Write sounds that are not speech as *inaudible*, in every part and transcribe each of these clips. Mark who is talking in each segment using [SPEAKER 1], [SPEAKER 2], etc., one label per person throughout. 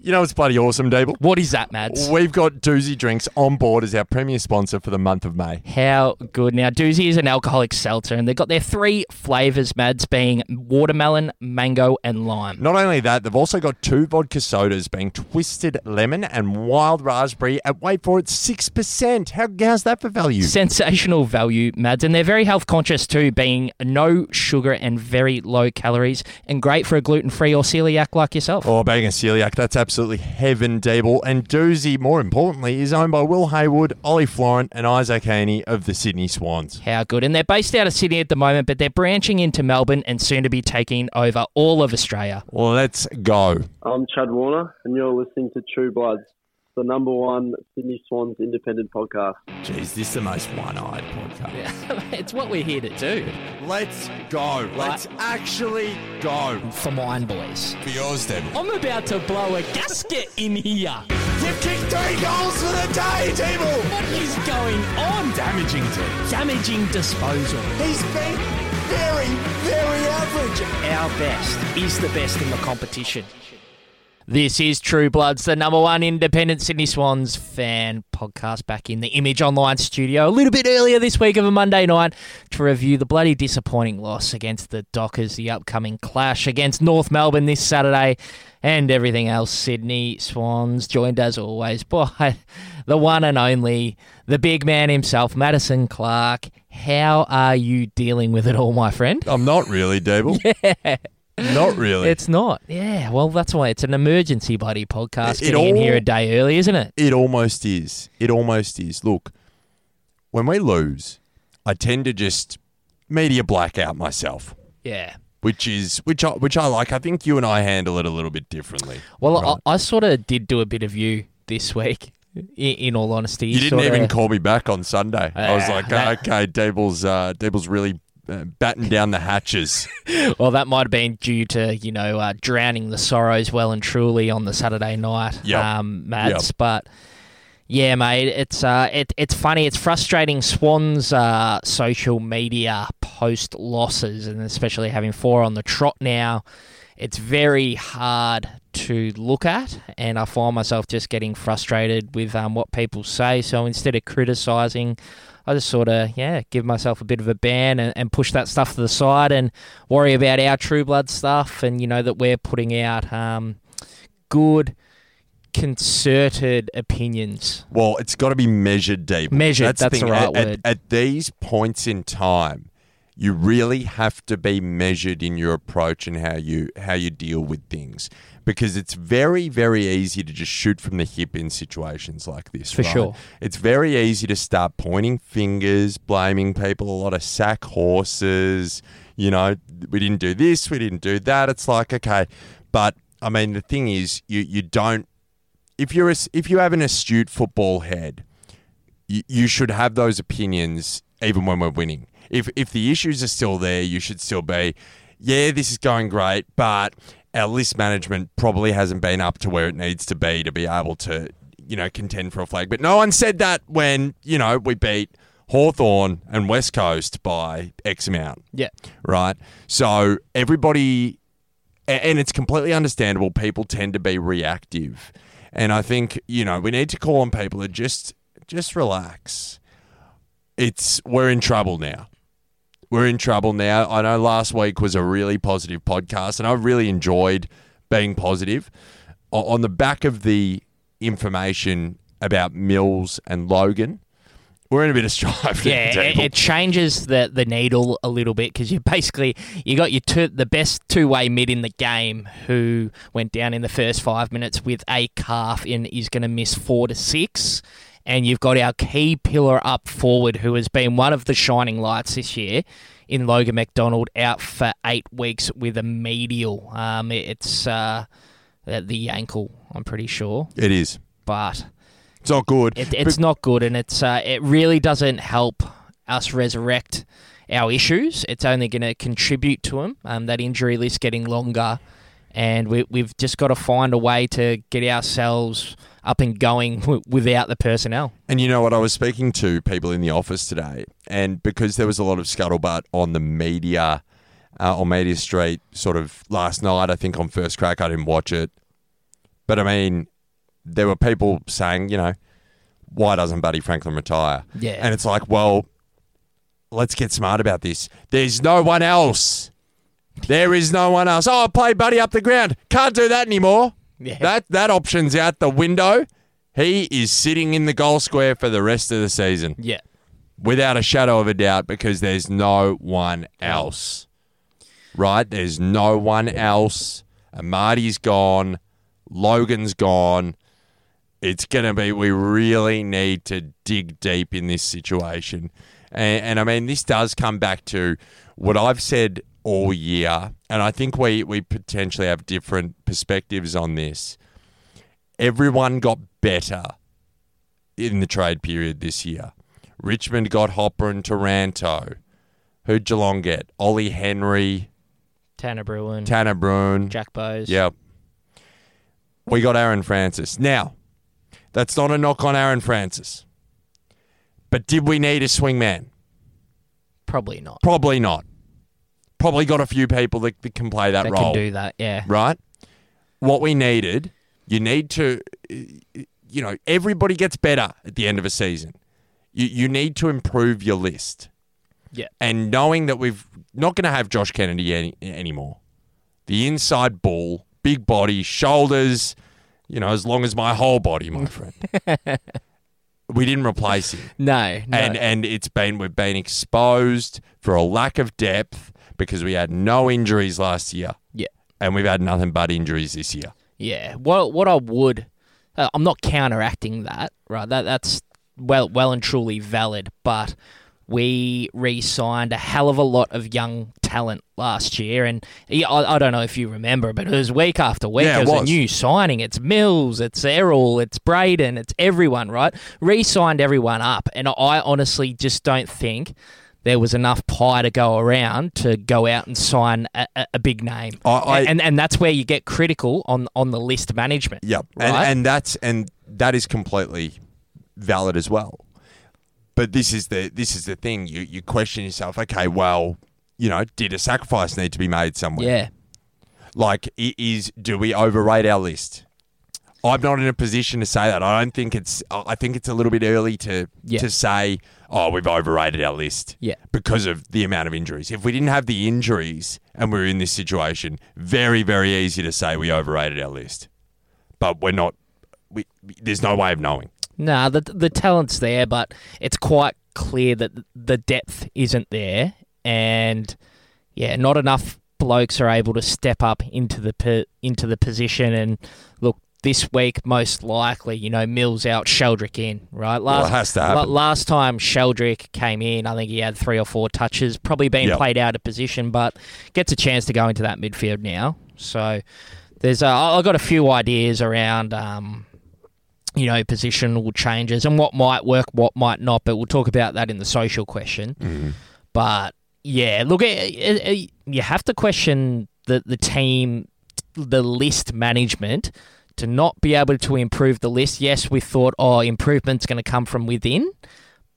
[SPEAKER 1] You know, it's bloody awesome, Dable.
[SPEAKER 2] What is that, Mads?
[SPEAKER 1] We've got Doozy Drinks on board as our premier sponsor for the month of May.
[SPEAKER 2] How good. Now, Doozy is an alcoholic seltzer, and they've got their three flavours, Mads, being watermelon, mango, and lime.
[SPEAKER 1] Not only that, they've also got two vodka sodas being Twisted Lemon and Wild Raspberry at, wait for it, 6%. How, how's that for value?
[SPEAKER 2] Sensational value, Mads. And they're very health conscious too, being no sugar and very low calories, and great for a gluten free or celiac like yourself.
[SPEAKER 1] Oh, being a celiac, that's absolutely heaven, Dable. And Doozy, more importantly, is owned by Will Haywood, Ollie Florent, and Isaac Haney of the Sydney Swans.
[SPEAKER 2] How good. And they're based out of Sydney at the moment, but they're branching into Melbourne and soon to be taking over all of Australia.
[SPEAKER 1] Let's go.
[SPEAKER 3] I'm Chad Warner, and you're listening to True Bloods, the number one Sydney Swans independent podcast.
[SPEAKER 1] Jeez, this is the most one eyed podcast. *laughs*
[SPEAKER 2] *laughs* it's what we're here to do.
[SPEAKER 1] Let's go. Let's actually go.
[SPEAKER 2] For mine, boys.
[SPEAKER 1] For yours, Dable.
[SPEAKER 2] I'm about to blow a gasket in here.
[SPEAKER 1] You've kicked three goals for the day, Dable.
[SPEAKER 2] What is going on?
[SPEAKER 1] Damaging, team.
[SPEAKER 2] Damaging disposal.
[SPEAKER 4] He's been very, very average.
[SPEAKER 2] Our best is the best in the competition. This is True Bloods, the number one independent Sydney Swans fan podcast, back in the Image Online studio a little bit earlier this week of a Monday night to review the bloody disappointing loss against the Dockers, the upcoming clash against North Melbourne this Saturday, and everything else. Sydney Swans, joined as always by *laughs* the one and only, the big man himself, Madison Clark. How are you dealing with it all, my friend?
[SPEAKER 1] I'm not really, Dable.
[SPEAKER 2] *laughs*
[SPEAKER 1] Not really.
[SPEAKER 2] It's not. Yeah. Well, that's why it's an emergency buddy podcast.
[SPEAKER 1] It- it
[SPEAKER 2] Getting in
[SPEAKER 1] all-
[SPEAKER 2] here a day early, isn't it?
[SPEAKER 1] It almost is. It almost is. Look, when we lose, I tend to just media blackout myself,
[SPEAKER 2] Yeah.
[SPEAKER 1] which is which I which I like. I think you and I handle it a little bit differently.
[SPEAKER 2] Well,
[SPEAKER 1] Right.
[SPEAKER 2] I, I sort of did do a bit of you this week. In, in all honesty,
[SPEAKER 1] you didn't
[SPEAKER 2] sorta-
[SPEAKER 1] even call me back on Sunday. I was
[SPEAKER 2] Yeah,
[SPEAKER 1] like,
[SPEAKER 2] uh,
[SPEAKER 1] uh,
[SPEAKER 2] that-
[SPEAKER 1] okay, Dable's uh, Dable's really uh, batting down the hatches.
[SPEAKER 2] Well, that might have been due to you know uh, drowning the sorrows well and truly on the Saturday night,
[SPEAKER 1] Yep.
[SPEAKER 2] um, Mads. But yeah, mate, it's uh, it, it's funny, it's frustrating. Swans uh, social media post losses, and especially having four on the trot now, it's very hard to look at, and I find myself just getting frustrated with um, what people say. So instead of criticising. I just sort of yeah give myself a bit of a ban and, and push that stuff to the side and worry about our True Blood stuff and you know that we're putting out um, good concerted opinions.
[SPEAKER 1] Well, it's got to be measured, Dable.
[SPEAKER 2] Measured, that's
[SPEAKER 1] thing.
[SPEAKER 2] the right
[SPEAKER 1] at, at-
[SPEAKER 2] word.
[SPEAKER 1] at these points in time, you really have to be measured in your approach and how you how you deal with things, because it's very very easy to just shoot from the hip in situations like this.
[SPEAKER 2] For
[SPEAKER 1] right?
[SPEAKER 2] sure.
[SPEAKER 1] it's very easy to start pointing fingers, blaming people, a lot of sack horses. You know, we didn't do this, we didn't do that. It's like okay, but I mean, the thing is, you you don't if you're a, if you have an astute football head, you, you should have those opinions even when we're winning. If if the issues are still there, you should still be, yeah, this is going great, but our list management probably hasn't been up to where it needs to be to be able to, you know, contend for a flag. But no one said that when, you know, we beat Hawthorn and West Coast by X amount
[SPEAKER 2] Yeah,
[SPEAKER 1] right? So everybody, a- and it's completely understandable, people tend to be reactive. And I think, you know, we need to call on people to just, just relax. It's, we're in trouble now. We're in trouble now. I know last week was a really positive podcast, and I really enjoyed being positive. O- On the back of the information about Mills and Logan, we're in a bit of *laughs* strife. now,
[SPEAKER 2] yeah, it,
[SPEAKER 1] Dable.
[SPEAKER 2] it changes the the needle a little bit because you basically you got your two, the best two way mid in the game who went down in the first five minutes with a calf in is going to miss four to six. And you've got our key pillar up forward, who has been one of the shining lights this year in Logan McDonald, out for eight weeks with a medial. Um, it- it's uh, at the ankle, I'm pretty sure.
[SPEAKER 1] it is.
[SPEAKER 2] But
[SPEAKER 1] It's not good.
[SPEAKER 2] it, it's not good, and it's uh, it really doesn't help us resurrect our issues. It's only going to contribute to them. Um, that injury list getting longer, and we, we've just got to find a way to get ourselves up and going w- without the personnel.
[SPEAKER 1] And you know what? I was speaking to people in the office today, and because there was a lot of scuttlebutt on the media uh, on Media Street sort of last night, I think on First Crack, I didn't watch it. But I mean, there were people saying, you know, why doesn't Buddy Franklin retire?
[SPEAKER 2] Yeah.
[SPEAKER 1] And it's like, well, let's get smart about this. There's no one else. There is no one else. Oh, I play Buddy up the ground. Can't do that anymore.
[SPEAKER 2] Yeah.
[SPEAKER 1] That that option's out the window. He is sitting in the goal square for the rest of the season
[SPEAKER 2] Yeah.
[SPEAKER 1] without a shadow of a doubt because there's no one else. Right? There's no one else. Amadi's gone. Logan's gone. It's going to be, we really need to dig deep in this situation. And, and I mean, this does come back to what I've said all year. And I think we, we potentially have different perspectives on this. Everyone got better in the trade period this year. Richmond got Hopper and Taranto. Who'd Geelong get? Ollie Henry,
[SPEAKER 2] Tanner Bruin,
[SPEAKER 1] Tanner Bruin.
[SPEAKER 2] Jack Bowes.
[SPEAKER 1] Yep. We got Aaron Francis. Now, that's not a knock on Aaron Francis. But did we need a swingman?
[SPEAKER 2] Probably *laughs* not.
[SPEAKER 1] Probably not. Probably got a few people that, that can play that
[SPEAKER 2] They
[SPEAKER 1] role.
[SPEAKER 2] can do that. Yeah.
[SPEAKER 1] right? What we needed, you need to, you know, everybody gets better at the end of a season. You, you need to improve your list.
[SPEAKER 2] Yeah.
[SPEAKER 1] And knowing that we've not going to have Josh Kennedy any, anymore, the inside ball, big body, shoulders, you know, as long as my whole body, my *laughs* friend. we didn't replace him
[SPEAKER 2] *laughs* No. no.
[SPEAKER 1] and and it's been we've been exposed for a lack of depth because we had no injuries last year.
[SPEAKER 2] Yeah.
[SPEAKER 1] and we've had nothing but injuries this year.
[SPEAKER 2] Yeah. What what I would, uh, I'm not counteracting that, right? That that's well well and truly valid, but we re-signed a hell of a lot of young talent last year, and yeah, I, I don't know if you remember, but it was week after week.
[SPEAKER 1] Yeah, it
[SPEAKER 2] it was,
[SPEAKER 1] was.
[SPEAKER 2] a new signing. It's Mills, it's Errol, it's Braden, it's everyone, right? Re-signed everyone up, and I honestly just don't think. There was enough pie to go around to go out and sign a, a, a big name
[SPEAKER 1] I- I-
[SPEAKER 2] and and that's where you get critical on on the list management.
[SPEAKER 1] Yep,
[SPEAKER 2] right.
[SPEAKER 1] and and that's and that is completely valid as well. But this is the this is the thing you you question yourself. Okay, well, you know, did a sacrifice need to be made somewhere?
[SPEAKER 2] yeah,
[SPEAKER 1] Like, i- is do we overrate our list? I'm not in a position to say that. I don't think it's. I I think it's a little bit early to
[SPEAKER 2] Yeah.
[SPEAKER 1] to say, oh, we've overrated our list.
[SPEAKER 2] Yeah.
[SPEAKER 1] because of the amount of injuries. If we didn't have the injuries and we are in this situation, very very easy to say we overrated our list. But we're not. We, there's no way of knowing.
[SPEAKER 2] nah, the the talent's there, but it's quite clear that the depth isn't there, and yeah, not enough blokes are able to step up into the po- into the position. And look, this week most likely, you know, Mills out, Sheldrick in, right? Last
[SPEAKER 1] it has to
[SPEAKER 2] la-
[SPEAKER 1] happen.
[SPEAKER 2] last time Sheldrick came in, I think he had three or four touches, probably being
[SPEAKER 1] Yep.
[SPEAKER 2] played out of position, but gets a chance to go into that midfield now. So there's uh, I- I've got a few ideas around. Um, you know, positional changes and what might work, what might not, but we'll talk about that in the social question. But yeah, look, it, it, it, you have to question the, the team, the list management to not be able to improve the list. Yes, we thought, oh, improvement's going to come from within,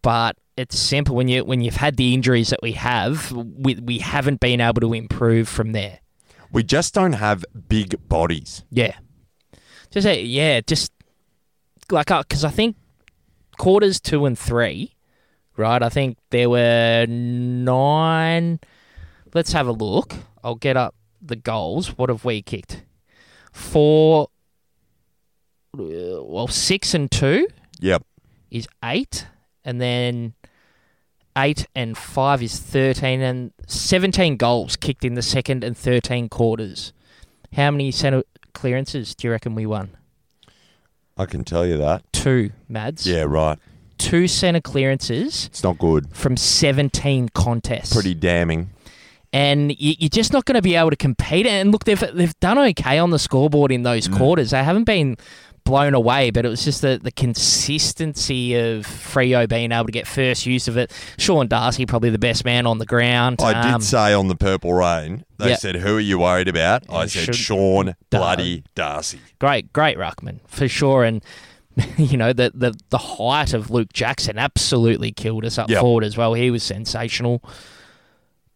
[SPEAKER 2] but it's simple when you when you've had the injuries that we have, we, we haven't been able to improve from there.
[SPEAKER 1] We just don't have big bodies.
[SPEAKER 2] Yeah. Just say, yeah, just like, because I think quarters two and three, right? I think there were nine. Let's have a look. I'll get up the goals. What have we kicked? Four, uh, well, six and two
[SPEAKER 1] Yep.
[SPEAKER 2] is eight, and then eight and five is thirteen, and seventeen goals kicked in the second and thirteen quarters. How many centre clearances do you reckon we won?
[SPEAKER 1] I can tell you that.
[SPEAKER 2] Two, Mads.
[SPEAKER 1] Yeah, right.
[SPEAKER 2] Two centre clearances
[SPEAKER 1] It's not good.
[SPEAKER 2] from seventeen contests.
[SPEAKER 1] Pretty damning.
[SPEAKER 2] and you- you're just not going to be able to compete. And look, they've they've done okay on the scoreboard in those
[SPEAKER 1] Mm.
[SPEAKER 2] quarters. They haven't been blown away, but it was just the, the consistency of Frio being able to get first use of it. Sean Darcy probably the best man on the ground.
[SPEAKER 1] I
[SPEAKER 2] Um,
[SPEAKER 1] did say on the Purple Rain, they
[SPEAKER 2] yeah.
[SPEAKER 1] said, Who are you worried about? I
[SPEAKER 2] It
[SPEAKER 1] said,
[SPEAKER 2] should-
[SPEAKER 1] Sean Bloody Darcy.
[SPEAKER 2] great, great ruckman for sure. And *laughs* you know the the, the height of Luke Jackson absolutely killed us up
[SPEAKER 1] Yep.
[SPEAKER 2] forward as well. He was sensational.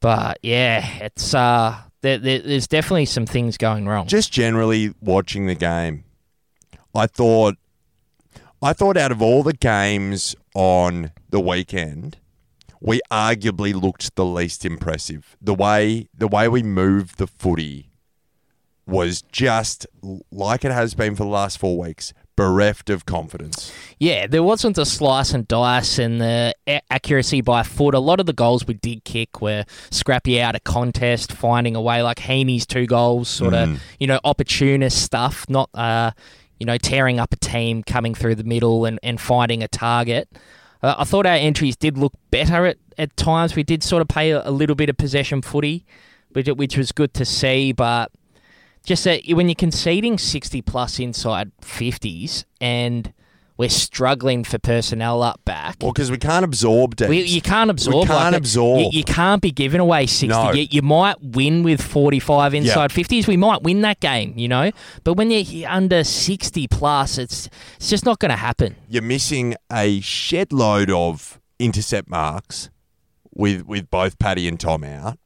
[SPEAKER 2] But yeah, it's uh, there, there, there's definitely some things going wrong.
[SPEAKER 1] Just generally watching the game, I thought, I thought out of all the games on the weekend, we arguably looked the least impressive. The way the way we moved the footy was just l- like it has been for the last four weeks, bereft of confidence.
[SPEAKER 2] Yeah, there wasn't a slice and dice and the a- accuracy by foot. A lot of the goals we did kick were scrappy out of contest, finding a way like Heaney's two goals, sort of, you know, opportunist stuff, not, uh, you know, tearing up a team, coming through the middle and, and finding a target. Uh, I thought our entries did look better at, at times. We did sort of play a, a little bit of possession footy, which, which was good to see, but just that when you're conceding 60 plus inside 50s and we're struggling for personnel up back.
[SPEAKER 1] Well, because we can't absorb deep.
[SPEAKER 2] We, you can't absorb.
[SPEAKER 1] can't
[SPEAKER 2] like that.
[SPEAKER 1] absorb.
[SPEAKER 2] You, you can't be giving away sixty.
[SPEAKER 1] No.
[SPEAKER 2] You, you might win with forty-five inside fifties. We might win that game, you know. But when you're under sixty plus, it's it's just not going to happen.
[SPEAKER 1] you're missing a shed load of intercept marks with with both Paddy and Tom out.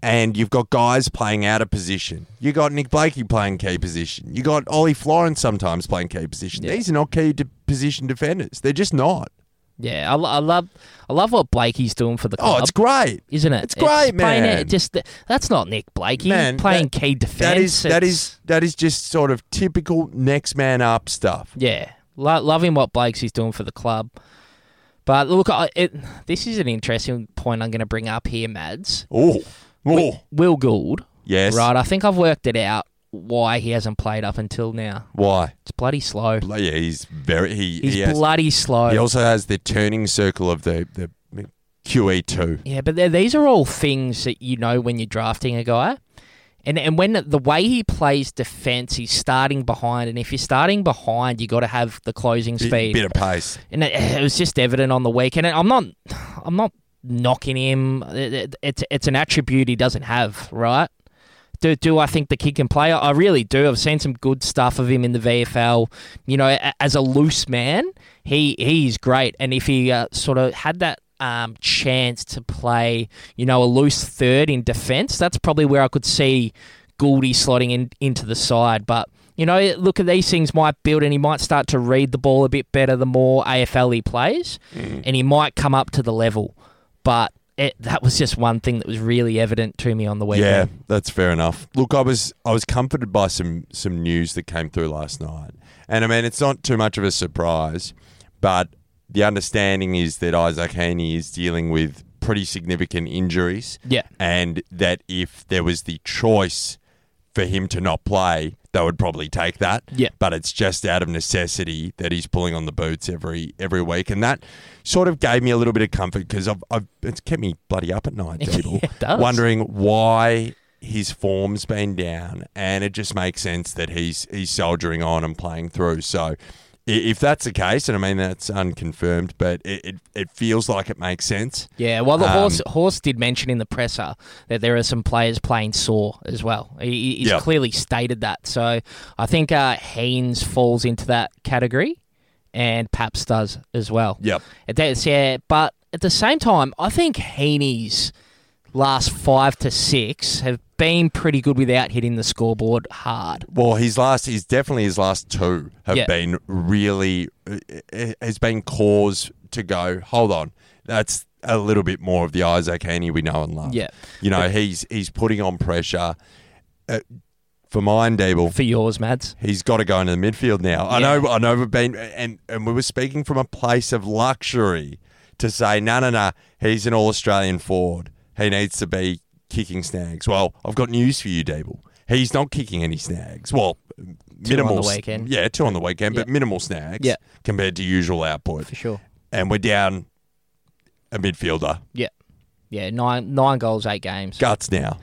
[SPEAKER 1] And you've got guys playing out of position. You got Nick Blakey playing key position. You got Ollie Florence sometimes playing key position. These are not key de- position defenders. They're just not.
[SPEAKER 2] Yeah, I, lo- I love I love what Blakey's doing for the
[SPEAKER 1] Oh,
[SPEAKER 2] club.
[SPEAKER 1] it's great.
[SPEAKER 2] isn't it?
[SPEAKER 1] it's great,
[SPEAKER 2] playing
[SPEAKER 1] man.
[SPEAKER 2] It just that's not Nick Blakey
[SPEAKER 1] Man,
[SPEAKER 2] playing
[SPEAKER 1] that-
[SPEAKER 2] key defense.
[SPEAKER 1] That is that
[SPEAKER 2] It's-
[SPEAKER 1] is that is just sort of typical next man up stuff.
[SPEAKER 2] Yeah, Lo- loving what Blake's is doing for the club. But look, I, it, this is an interesting point I'm going to bring up here, Mads.
[SPEAKER 1] Oh, oh,
[SPEAKER 2] Will Gould,
[SPEAKER 1] yes.
[SPEAKER 2] right? I think I've worked it out why he hasn't played up until now.
[SPEAKER 1] Why?
[SPEAKER 2] It's bloody slow.
[SPEAKER 1] Bl- Yeah, he's very he
[SPEAKER 2] Oh. He's
[SPEAKER 1] he has
[SPEAKER 2] bloody slow.
[SPEAKER 1] He also has the turning circle of the, the E QE2.
[SPEAKER 2] yeah, but th- these are all things that you know when you're drafting a guy. And, and when the way he plays defense, he's starting behind, and if you're starting behind, you got to have the closing
[SPEAKER 1] Bit,
[SPEAKER 2] speed.
[SPEAKER 1] bit of pace.
[SPEAKER 2] and uh, it, it was just evident on the weekend. And I'm not, I'm not knocking him. It- it- it's it's an attribute he doesn't have, right? Do, do I think the kid can play? I really do. I've seen some good stuff of him in the VFL. You know, a- as a loose man, he he's great. And if he uh, sort of had that um, chance to play, you know, a loose third in defence, that's probably where I could see Gouldy slotting in into the side. But you know, look at these things might build, and he might start to read the ball a bit better the more AFL he plays, and he might come up to the level. But it, that was just one thing that was really evident to me on the
[SPEAKER 1] Yeah,
[SPEAKER 2] weekend.
[SPEAKER 1] that's fair enough. Look, I was I was comforted by some some news that came through last night, and I mean it's not too much of a surprise, but the understanding is that Isaac Haney is dealing with pretty significant injuries.
[SPEAKER 2] Yeah.
[SPEAKER 1] and that if there was the choice for him to not play, they would probably take that.
[SPEAKER 2] Yeah.
[SPEAKER 1] But it's just out of necessity that he's pulling on the boots every every week, and that sort of gave me a little bit of comfort because I've, I've it's kept me bloody up at
[SPEAKER 2] *laughs*
[SPEAKER 1] night, people,
[SPEAKER 2] it does.
[SPEAKER 1] wondering why his form's been down, and it just makes sense that he's he's soldiering on and playing through. So. i- If that's the case, and I mean that's unconfirmed, but it, it, it feels like it makes sense.
[SPEAKER 2] Yeah, well, the
[SPEAKER 1] Um,
[SPEAKER 2] horse horse did mention in the presser that there are some players playing sore as well. He, he's
[SPEAKER 1] Yeah.
[SPEAKER 2] clearly stated that, so I think uh, Haynes falls into that category, and Paps does as well.
[SPEAKER 1] Yep.
[SPEAKER 2] It does, yeah, but at the same time, I think Heaney's last five to six have been pretty good without hitting the scoreboard hard.
[SPEAKER 1] Well, his last, he's definitely his last two have
[SPEAKER 2] Yeah.
[SPEAKER 1] been really uh, uh, has been cause to go. Hold on, that's a little bit more of the Isaac Haney we know and love.
[SPEAKER 2] Yeah.
[SPEAKER 1] you know he's he's putting on pressure. Uh, for mine, Deeble,
[SPEAKER 2] For yours, Mads.
[SPEAKER 1] he's got to go into the midfield now. I
[SPEAKER 2] Yeah.
[SPEAKER 1] know, I know, we've been and and we were speaking from a place of luxury to say, no, no, no, he's an all Australian forward. He needs to be kicking snags. Well, I've got news for you, Dable. He's not kicking any snags. Well, minimal
[SPEAKER 2] the
[SPEAKER 1] s-
[SPEAKER 2] weekend.
[SPEAKER 1] Yeah, two on the weekend, but
[SPEAKER 2] Yeah.
[SPEAKER 1] minimal snags
[SPEAKER 2] Yeah.
[SPEAKER 1] compared to usual output.
[SPEAKER 2] For sure.
[SPEAKER 1] And we're down a midfielder.
[SPEAKER 2] Yeah, yeah, nine nine goals, eight games.
[SPEAKER 1] Guts now.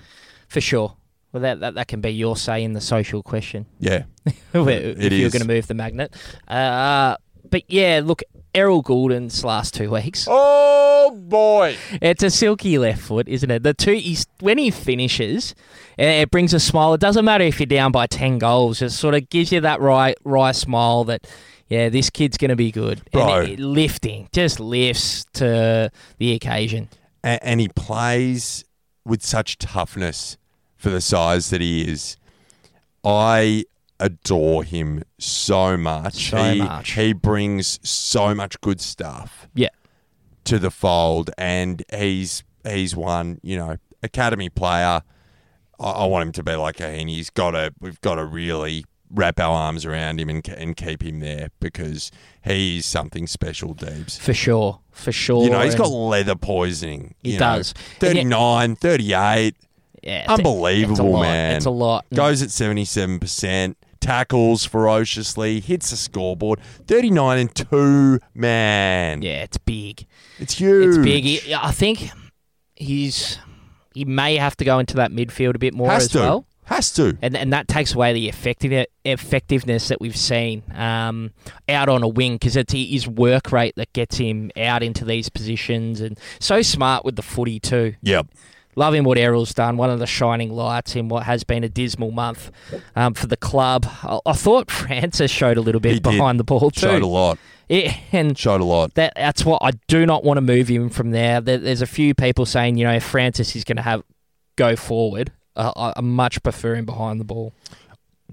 [SPEAKER 2] For sure. Well, that, that that can be your say in the social question.
[SPEAKER 1] Yeah.
[SPEAKER 2] *laughs* if
[SPEAKER 1] It
[SPEAKER 2] you're
[SPEAKER 1] is.
[SPEAKER 2] going to move the magnet. Uh, but yeah, look, Errol Goulden's last two weeks.
[SPEAKER 1] Oh boy.
[SPEAKER 2] It's a silky left foot, isn't it? The two he's, when he finishes, eh, it brings a smile. It doesn't matter if you're down by ten goals. It sort of gives you that wry, wry smile that. Yeah, this kid's going to be good.
[SPEAKER 1] Bro.
[SPEAKER 2] And it- lifting, just lifts to the occasion.
[SPEAKER 1] and, and he plays with such toughness for the size that he is. I adore him so much.
[SPEAKER 2] So
[SPEAKER 1] he,
[SPEAKER 2] much.
[SPEAKER 1] He brings so much good stuff
[SPEAKER 2] Yeah.
[SPEAKER 1] to the fold, and he's he's one you know academy player. I, I want him to be like Heaney. He's got to we've got to really wrap our arms around him and ke- and keep him there because he is something special, Deebs.
[SPEAKER 2] For sure. For sure.
[SPEAKER 1] You know, he's got
[SPEAKER 2] And-
[SPEAKER 1] leather poisoning.
[SPEAKER 2] He
[SPEAKER 1] you know.
[SPEAKER 2] does. And yet-
[SPEAKER 1] 39, 38.
[SPEAKER 2] yeah, it's-
[SPEAKER 1] Unbelievable,
[SPEAKER 2] it's a lot.
[SPEAKER 1] man.
[SPEAKER 2] It's a lot. Mm.
[SPEAKER 1] Goes at 77%, tackles ferociously, hits the scoreboard. 39 and 2, man.
[SPEAKER 2] Yeah, it's big.
[SPEAKER 1] It's huge.
[SPEAKER 2] It's big. He- I think he's he may have to go into that midfield a bit more
[SPEAKER 1] Has
[SPEAKER 2] as
[SPEAKER 1] to.
[SPEAKER 2] well.
[SPEAKER 1] Has to.
[SPEAKER 2] and and that takes away the effective, effectiveness that we've seen um, out on a wing because it's his work rate that gets him out into these positions and so smart with the footy too.
[SPEAKER 1] Yep.
[SPEAKER 2] Loving what Errol's done, one of the shining lights in what has been a dismal month um, for the club. I, I thought *laughs* Francis showed a little bit
[SPEAKER 1] He did.
[SPEAKER 2] behind the ball too,
[SPEAKER 1] Showed a lot.
[SPEAKER 2] Yeah, and
[SPEAKER 1] Showed a lot.
[SPEAKER 2] that that's what I do not want to move him from there. there there's a few people saying, you know, if Francis is going to have go forward. Uh, I, I much prefer him behind the ball.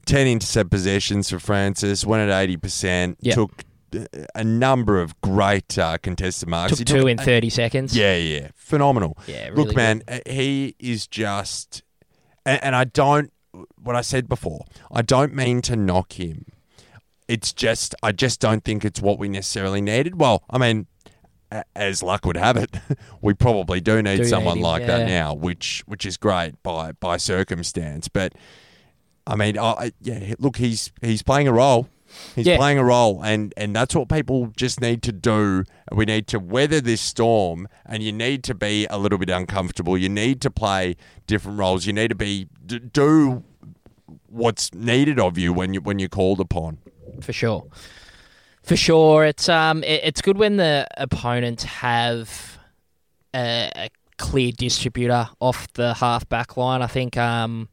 [SPEAKER 1] 10 intercept possessions for Francis, went at 80%,
[SPEAKER 2] Yep.
[SPEAKER 1] took uh, a number of great uh, contested marks.
[SPEAKER 2] took
[SPEAKER 1] He
[SPEAKER 2] two in
[SPEAKER 1] a-
[SPEAKER 2] 30 seconds.
[SPEAKER 1] Yeah, yeah. Phenomenal.
[SPEAKER 2] Yeah, really
[SPEAKER 1] Look, man, uh, he is just, and, and I don't, what I said before, I don't mean to knock him. It's just, I just don't think it's what we necessarily needed. Well, I mean, a- as luck would have it, *laughs* we probably do need
[SPEAKER 2] Do need
[SPEAKER 1] someone
[SPEAKER 2] him,
[SPEAKER 1] like
[SPEAKER 2] yeah.
[SPEAKER 1] that now, which which is great by by circumstance. But I mean, I, I- yeah, look, he's he's playing a role. He's
[SPEAKER 2] Yeah.
[SPEAKER 1] playing a role, and and that's what people just need to do. We need to weather this storm, and you need to be a little bit uncomfortable. You need to play different roles. You need to be d- do what's needed of you when you when you're called upon.
[SPEAKER 2] for sure. For sure, it's um, it, it's good when the opponents have a, a clear distributor off the half back line. I think um,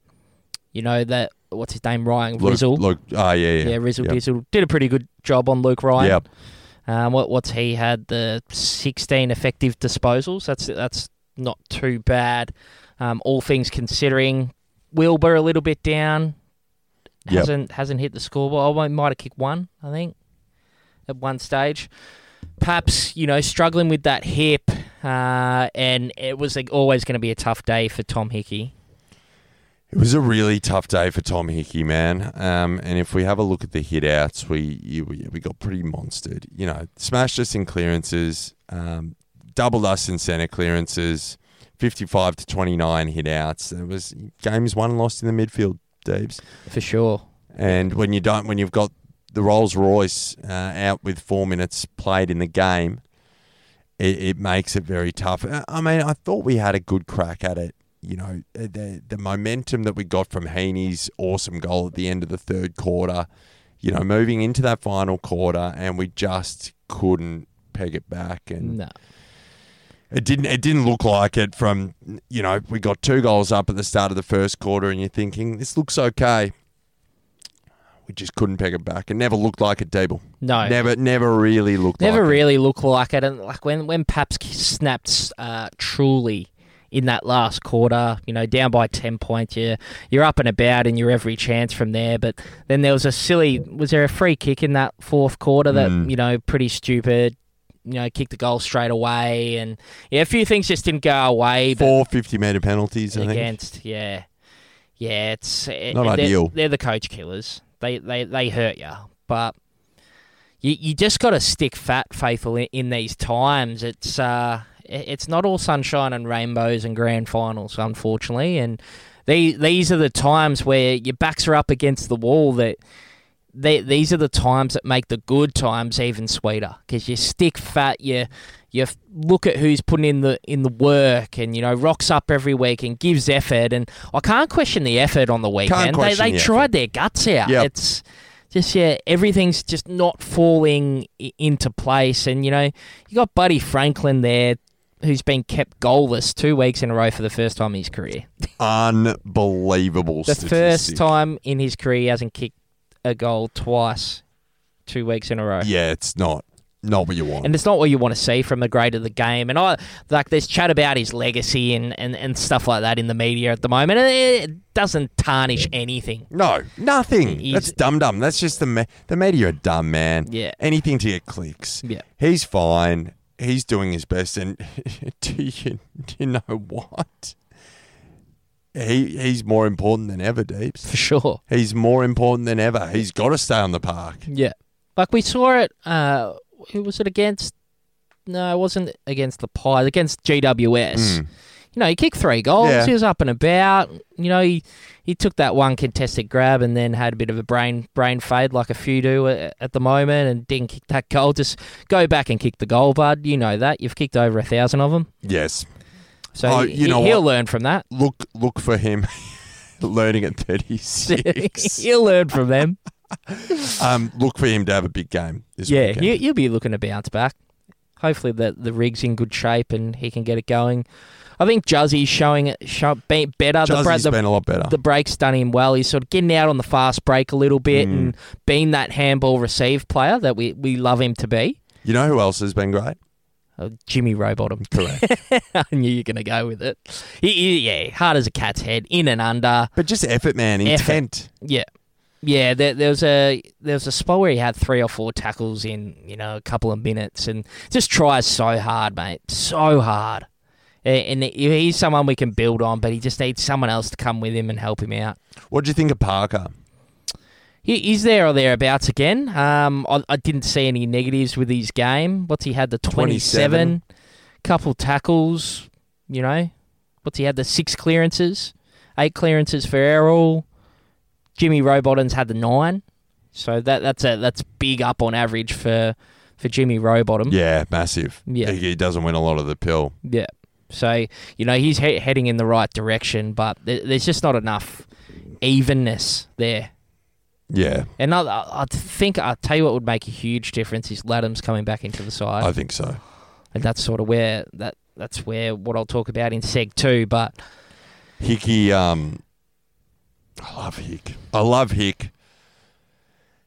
[SPEAKER 2] you know that what's his name, Ryan Rizzle.
[SPEAKER 1] Look, ah, yeah, yeah,
[SPEAKER 2] yeah, Rizzle
[SPEAKER 1] Yep.
[SPEAKER 2] Dizzle did a pretty good job on Luke Ryan.
[SPEAKER 1] Yep.
[SPEAKER 2] Um, what what's he had the 16 effective disposals? That's that's not too bad. Um, all things considering, Wilbur a little bit down.
[SPEAKER 1] Yep.
[SPEAKER 2] Hasn't hasn't hit the scoreboard. I might have kicked one, I think, at one stage. Perhaps you know struggling with that hip, uh, and it was like, always going to be a tough day for Tom Hickey.
[SPEAKER 1] It was a really tough day for Tom Hickey, man. Um, and if we have a look at the hit outs, we you, we- we got pretty monstered. You know, smashed us in clearances, um, doubled us in centre clearances, 55 to 29 hit outs. It was games won and lost in the midfield, Deebs.
[SPEAKER 2] For sure,
[SPEAKER 1] And when you don't, when you've got the Rolls Royce uh, out with four minutes played in the game, it, it makes it very tough. I I mean, I thought we had a good crack at it. You know, uh, the the momentum that we got from Heaney's awesome goal at the end of the third quarter. You know, moving into that final quarter, and we just couldn't peg it back, and
[SPEAKER 2] no,
[SPEAKER 1] it didn't. It didn't look like it. From you know, we got two goals up at the start of the first quarter, and you're thinking this looks okay. We just couldn't peg it back. It never looked like it, Deeble.
[SPEAKER 2] no,
[SPEAKER 1] Never, never really looked.
[SPEAKER 2] Never
[SPEAKER 1] like
[SPEAKER 2] really looked like it. And like when when Paps snapped uh, truly in that last quarter, you know, down by ten points, you you're up and about, and you're every chance from there. But then there was a silly. Was there a free kick in that fourth quarter that
[SPEAKER 1] Mm.
[SPEAKER 2] you know pretty stupid? You know, kicked the goal straight away, and yeah, a few things just didn't go away.
[SPEAKER 1] it.
[SPEAKER 2] But
[SPEAKER 1] Four 50 meter penalties. I think.
[SPEAKER 2] against, yeah, yeah, it's it,
[SPEAKER 1] Not
[SPEAKER 2] they're,
[SPEAKER 1] ideal.
[SPEAKER 2] They're the coach killers. They they they hurt you, but you you just got to stick fat, faithful in, in these times. It's uh, it- it's not all sunshine and rainbows and grand finals, unfortunately, and. These, these are the times where your backs are up against the wall that they, these are the times that make the good times even sweeter because you stick fat you you f- look at who's putting in the in the work and you know rocks up every week and gives effort and I can't question the effort on the weekend they,
[SPEAKER 1] question
[SPEAKER 2] they
[SPEAKER 1] the
[SPEAKER 2] tried their guts out
[SPEAKER 1] Yep.
[SPEAKER 2] it's just yeah everything's just not falling I- into place and you know you got Buddy Franklin there who's been kept goalless two weeks in a row for the first time in his career
[SPEAKER 1] Unbelievable.
[SPEAKER 2] the
[SPEAKER 1] statistic.
[SPEAKER 2] first time in his career he hasn't kicked a goal twice, two weeks in a row.
[SPEAKER 1] Yeah, it's not. not what you want.
[SPEAKER 2] and it's not what you want to see from the great of the game. And I like there's chat about his legacy and, and, and stuff like that in the media at the moment, and it doesn't tarnish anything.
[SPEAKER 1] no, nothing.
[SPEAKER 2] Mm, He's-
[SPEAKER 1] That's dumb, dumb. That's just the me- the media are dumb, man.
[SPEAKER 2] Yeah.
[SPEAKER 1] anything to get clicks.
[SPEAKER 2] Yeah.
[SPEAKER 1] he's fine. He's doing his best, and do you, do you know what? He he's more important than ever, Deeps.
[SPEAKER 2] for sure.
[SPEAKER 1] He's more important than ever. He's got to stay on the park.
[SPEAKER 2] Yeah, like we saw it. Uh, who was it against? No, it wasn't against the Pies. Against GWS. You know, he kicked three goals.
[SPEAKER 1] Mm. Yeah.
[SPEAKER 2] He was up and about. You know, he he took that one contested grab and then had a bit of a brain brain fade like a few do a- at the moment, and didn't kick that goal. Just go back and kick the goal, bud. You know that you've kicked over a thousand of them.
[SPEAKER 1] Yes,
[SPEAKER 2] So
[SPEAKER 1] Oh,
[SPEAKER 2] he,
[SPEAKER 1] you know
[SPEAKER 2] he'll
[SPEAKER 1] what?
[SPEAKER 2] learn from that.
[SPEAKER 1] look look for him. *laughs* Learning at
[SPEAKER 2] *laughs*
[SPEAKER 1] 36.
[SPEAKER 2] he'll learn from them.
[SPEAKER 1] *laughs* um, look for him to have a big game this
[SPEAKER 2] yeah,
[SPEAKER 1] weekend.
[SPEAKER 2] you, you'll be looking to bounce back. Hopefully, the the rig's in good shape and he can get it going. I think Juzzy's showing show, be, better. the, bra-
[SPEAKER 1] Juzzy's
[SPEAKER 2] the,
[SPEAKER 1] been a lot better.
[SPEAKER 2] the break's done him well. He's sort of getting out on the fast break a little bit
[SPEAKER 1] Mm.
[SPEAKER 2] and being that handball receive player that we, we love him to be.
[SPEAKER 1] you know who else has been great?
[SPEAKER 2] Uh, Jimmy Rowbottom.
[SPEAKER 1] Correct.
[SPEAKER 2] *laughs* I knew you were going to go with it. He, he- yeah, hard as a cat's head, in and under.
[SPEAKER 1] But just effort, man.
[SPEAKER 2] Effort.
[SPEAKER 1] Intent.
[SPEAKER 2] Yeah. Yeah, there, there was a there was a spot where he had three or four tackles in you know a couple of minutes, and just tries so hard, mate, so hard. A- And he- he's someone we can build on, but he just needs someone else to come with him and help him out.
[SPEAKER 1] What do you think of Parker?
[SPEAKER 2] He, he's there or thereabouts again. Um, I, I didn't see any negatives with his game. What's he had the twenty
[SPEAKER 1] 27.
[SPEAKER 2] seven, couple tackles, you know. What's he had the six clearances, eight clearances for Errol. Jimmy Robotton's had the nine, so that that's a that's big up on average for for Jimmy Robottom.
[SPEAKER 1] Yeah, massive.
[SPEAKER 2] Yeah.
[SPEAKER 1] He, he doesn't win a lot of the pill.
[SPEAKER 2] Yeah. So, you know, he's he- heading in the right direction, but there- there's just not enough evenness there.
[SPEAKER 1] Yeah,
[SPEAKER 2] And I, I I think I'll tell you what would make a huge difference is Laddams coming back into the side,
[SPEAKER 1] I think so.
[SPEAKER 2] and that's sort of where that that's where what I'll talk about in seg two. But
[SPEAKER 1] Hickey, um, I love Hick. I love Hick.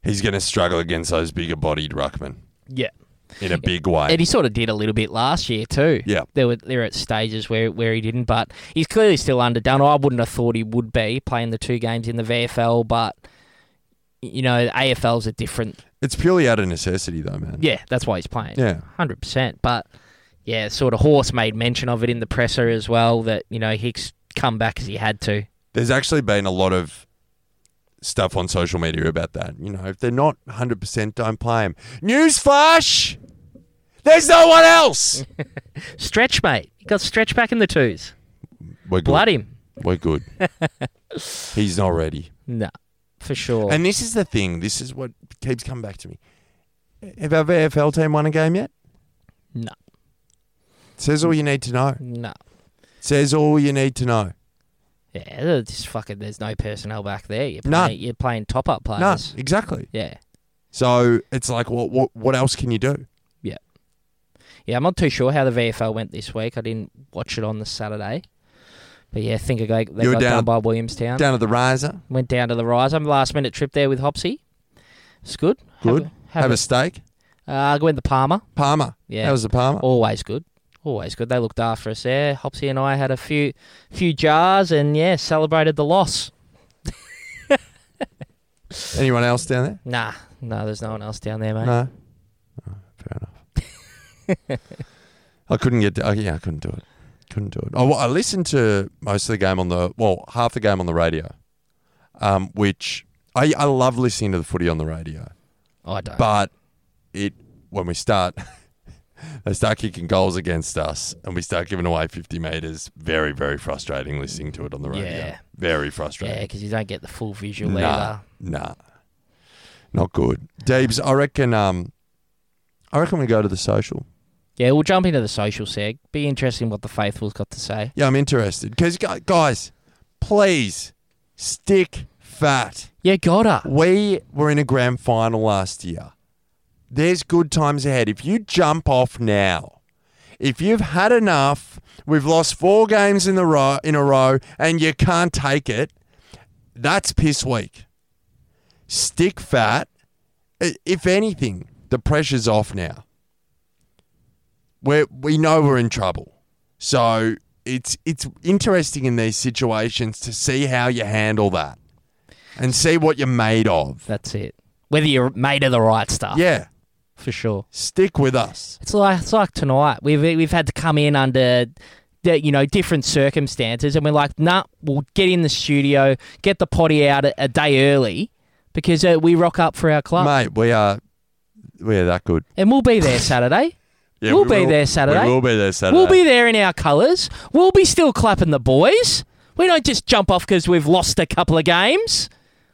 [SPEAKER 1] He's going to struggle against those bigger bodied ruckmen
[SPEAKER 2] yeah,
[SPEAKER 1] in a big way.
[SPEAKER 2] and he sort of did a little bit last year too.
[SPEAKER 1] Yeah.
[SPEAKER 2] there were there were at stages where where he didn't, but he's clearly still underdone. I wouldn't have thought he would be playing the two games in the VFL, but you know, AFL's a different.
[SPEAKER 1] It's purely out of necessity, though, man.
[SPEAKER 2] Yeah, that's why he's playing.
[SPEAKER 1] Yeah.
[SPEAKER 2] hundred percent. But yeah, sort of horse made mention of it in the presser as well that you know Hicks come back as he had to.
[SPEAKER 1] There's actually been a lot of stuff on social media about that. You know, if they're not 100%, don't play them. Newsflash! There's no one
[SPEAKER 2] *laughs*
[SPEAKER 1] else!
[SPEAKER 2] Stretch, mate. He got stretch back in
[SPEAKER 1] *laughs*
[SPEAKER 2] the twos.
[SPEAKER 1] We're good.
[SPEAKER 2] Blood him.
[SPEAKER 1] We're good. He's not ready.
[SPEAKER 2] No, for sure.
[SPEAKER 1] And this is the thing. This is what keeps coming back to me. Have our VFL team won a game yet?
[SPEAKER 2] no,
[SPEAKER 1] It says all you need to know. It
[SPEAKER 2] no.
[SPEAKER 1] says all you need to know.
[SPEAKER 2] Yeah, they're just fucking. There's no personnel back there. You're
[SPEAKER 1] None.
[SPEAKER 2] playing, you're playing top up players.
[SPEAKER 1] None. Exactly.
[SPEAKER 2] Yeah,
[SPEAKER 1] So it's like, what, what, what else can you do?
[SPEAKER 2] yeah. I'm not too sure how the VFL went this week. I didn't watch it on the Saturday, but yeah, I think I go, they
[SPEAKER 1] You were
[SPEAKER 2] got
[SPEAKER 1] down-
[SPEAKER 2] done by Williamstown.
[SPEAKER 1] Down at the riser,
[SPEAKER 2] Went down to the Rise. I'm last minute trip there with Hopsy. It's good.
[SPEAKER 1] Good.
[SPEAKER 2] Have,
[SPEAKER 1] have
[SPEAKER 2] a,
[SPEAKER 1] a steak.
[SPEAKER 2] Uh, Gwen the Palmer,
[SPEAKER 1] Palmer.
[SPEAKER 2] Yeah.
[SPEAKER 1] How was the Palmer?
[SPEAKER 2] always good, always good. They looked after us there. Hopsy and I had a few, few jars, and yeah, celebrated the loss.
[SPEAKER 1] Anyone else down there?
[SPEAKER 2] Nah, no, there's no one else down there, mate.
[SPEAKER 1] No. Oh, fair enough.
[SPEAKER 2] *laughs*
[SPEAKER 1] I couldn't get. I, yeah, I couldn't do it. Couldn't do it. I, wa- I listened to most of the game on the well, half the game on the radio, um, which I, I love listening to the footy on the radio,
[SPEAKER 2] I don't.
[SPEAKER 1] but it when we start. *laughs* They start kicking goals against us, and we start giving away fifty meters. Very, very frustrating listening to it on the radio.
[SPEAKER 2] Yeah.
[SPEAKER 1] Very
[SPEAKER 2] yeah,
[SPEAKER 1] frustrating.
[SPEAKER 2] because you don't get the full visual
[SPEAKER 1] Nah,
[SPEAKER 2] either.
[SPEAKER 1] nah, not good. Deebs, I reckon. Um, I reckon we go to the social.
[SPEAKER 2] Yeah, we'll jump into the social seg. Be interesting what the faithful's got to say.
[SPEAKER 1] Yeah, I'm interested because guys, please stick fat.
[SPEAKER 2] Yeah, gotta.
[SPEAKER 1] We were in a grand final last year. There's good times ahead. If you jump off now, if you've had enough, we've lost four games in the row in a row, and you can't take it. That's piss weak. Stick fat. I- If anything, the pressure's off now. we we know we're in trouble. So it's it's interesting in these situations to see how you handle that and see what you're made of.
[SPEAKER 2] That's it. Whether you're made of the right stuff.
[SPEAKER 1] Yeah,
[SPEAKER 2] For sure.
[SPEAKER 1] stick with us.
[SPEAKER 2] It's like it's like tonight. We've we've had to come in under the, you know different circumstances, and we're like, nah, we'll get in the studio, get the potty out a, a day early because uh, we rock up for our club,
[SPEAKER 1] Mate, we are we are that good.
[SPEAKER 2] and we'll be there Saturday.
[SPEAKER 1] *laughs* Yeah,
[SPEAKER 2] We'll
[SPEAKER 1] we
[SPEAKER 2] be
[SPEAKER 1] will-
[SPEAKER 2] there Saturday.
[SPEAKER 1] We will be there Saturday.
[SPEAKER 2] we'll be there in our colours. We'll be still clapping the boys. We don't just jump off because we've lost a couple of games.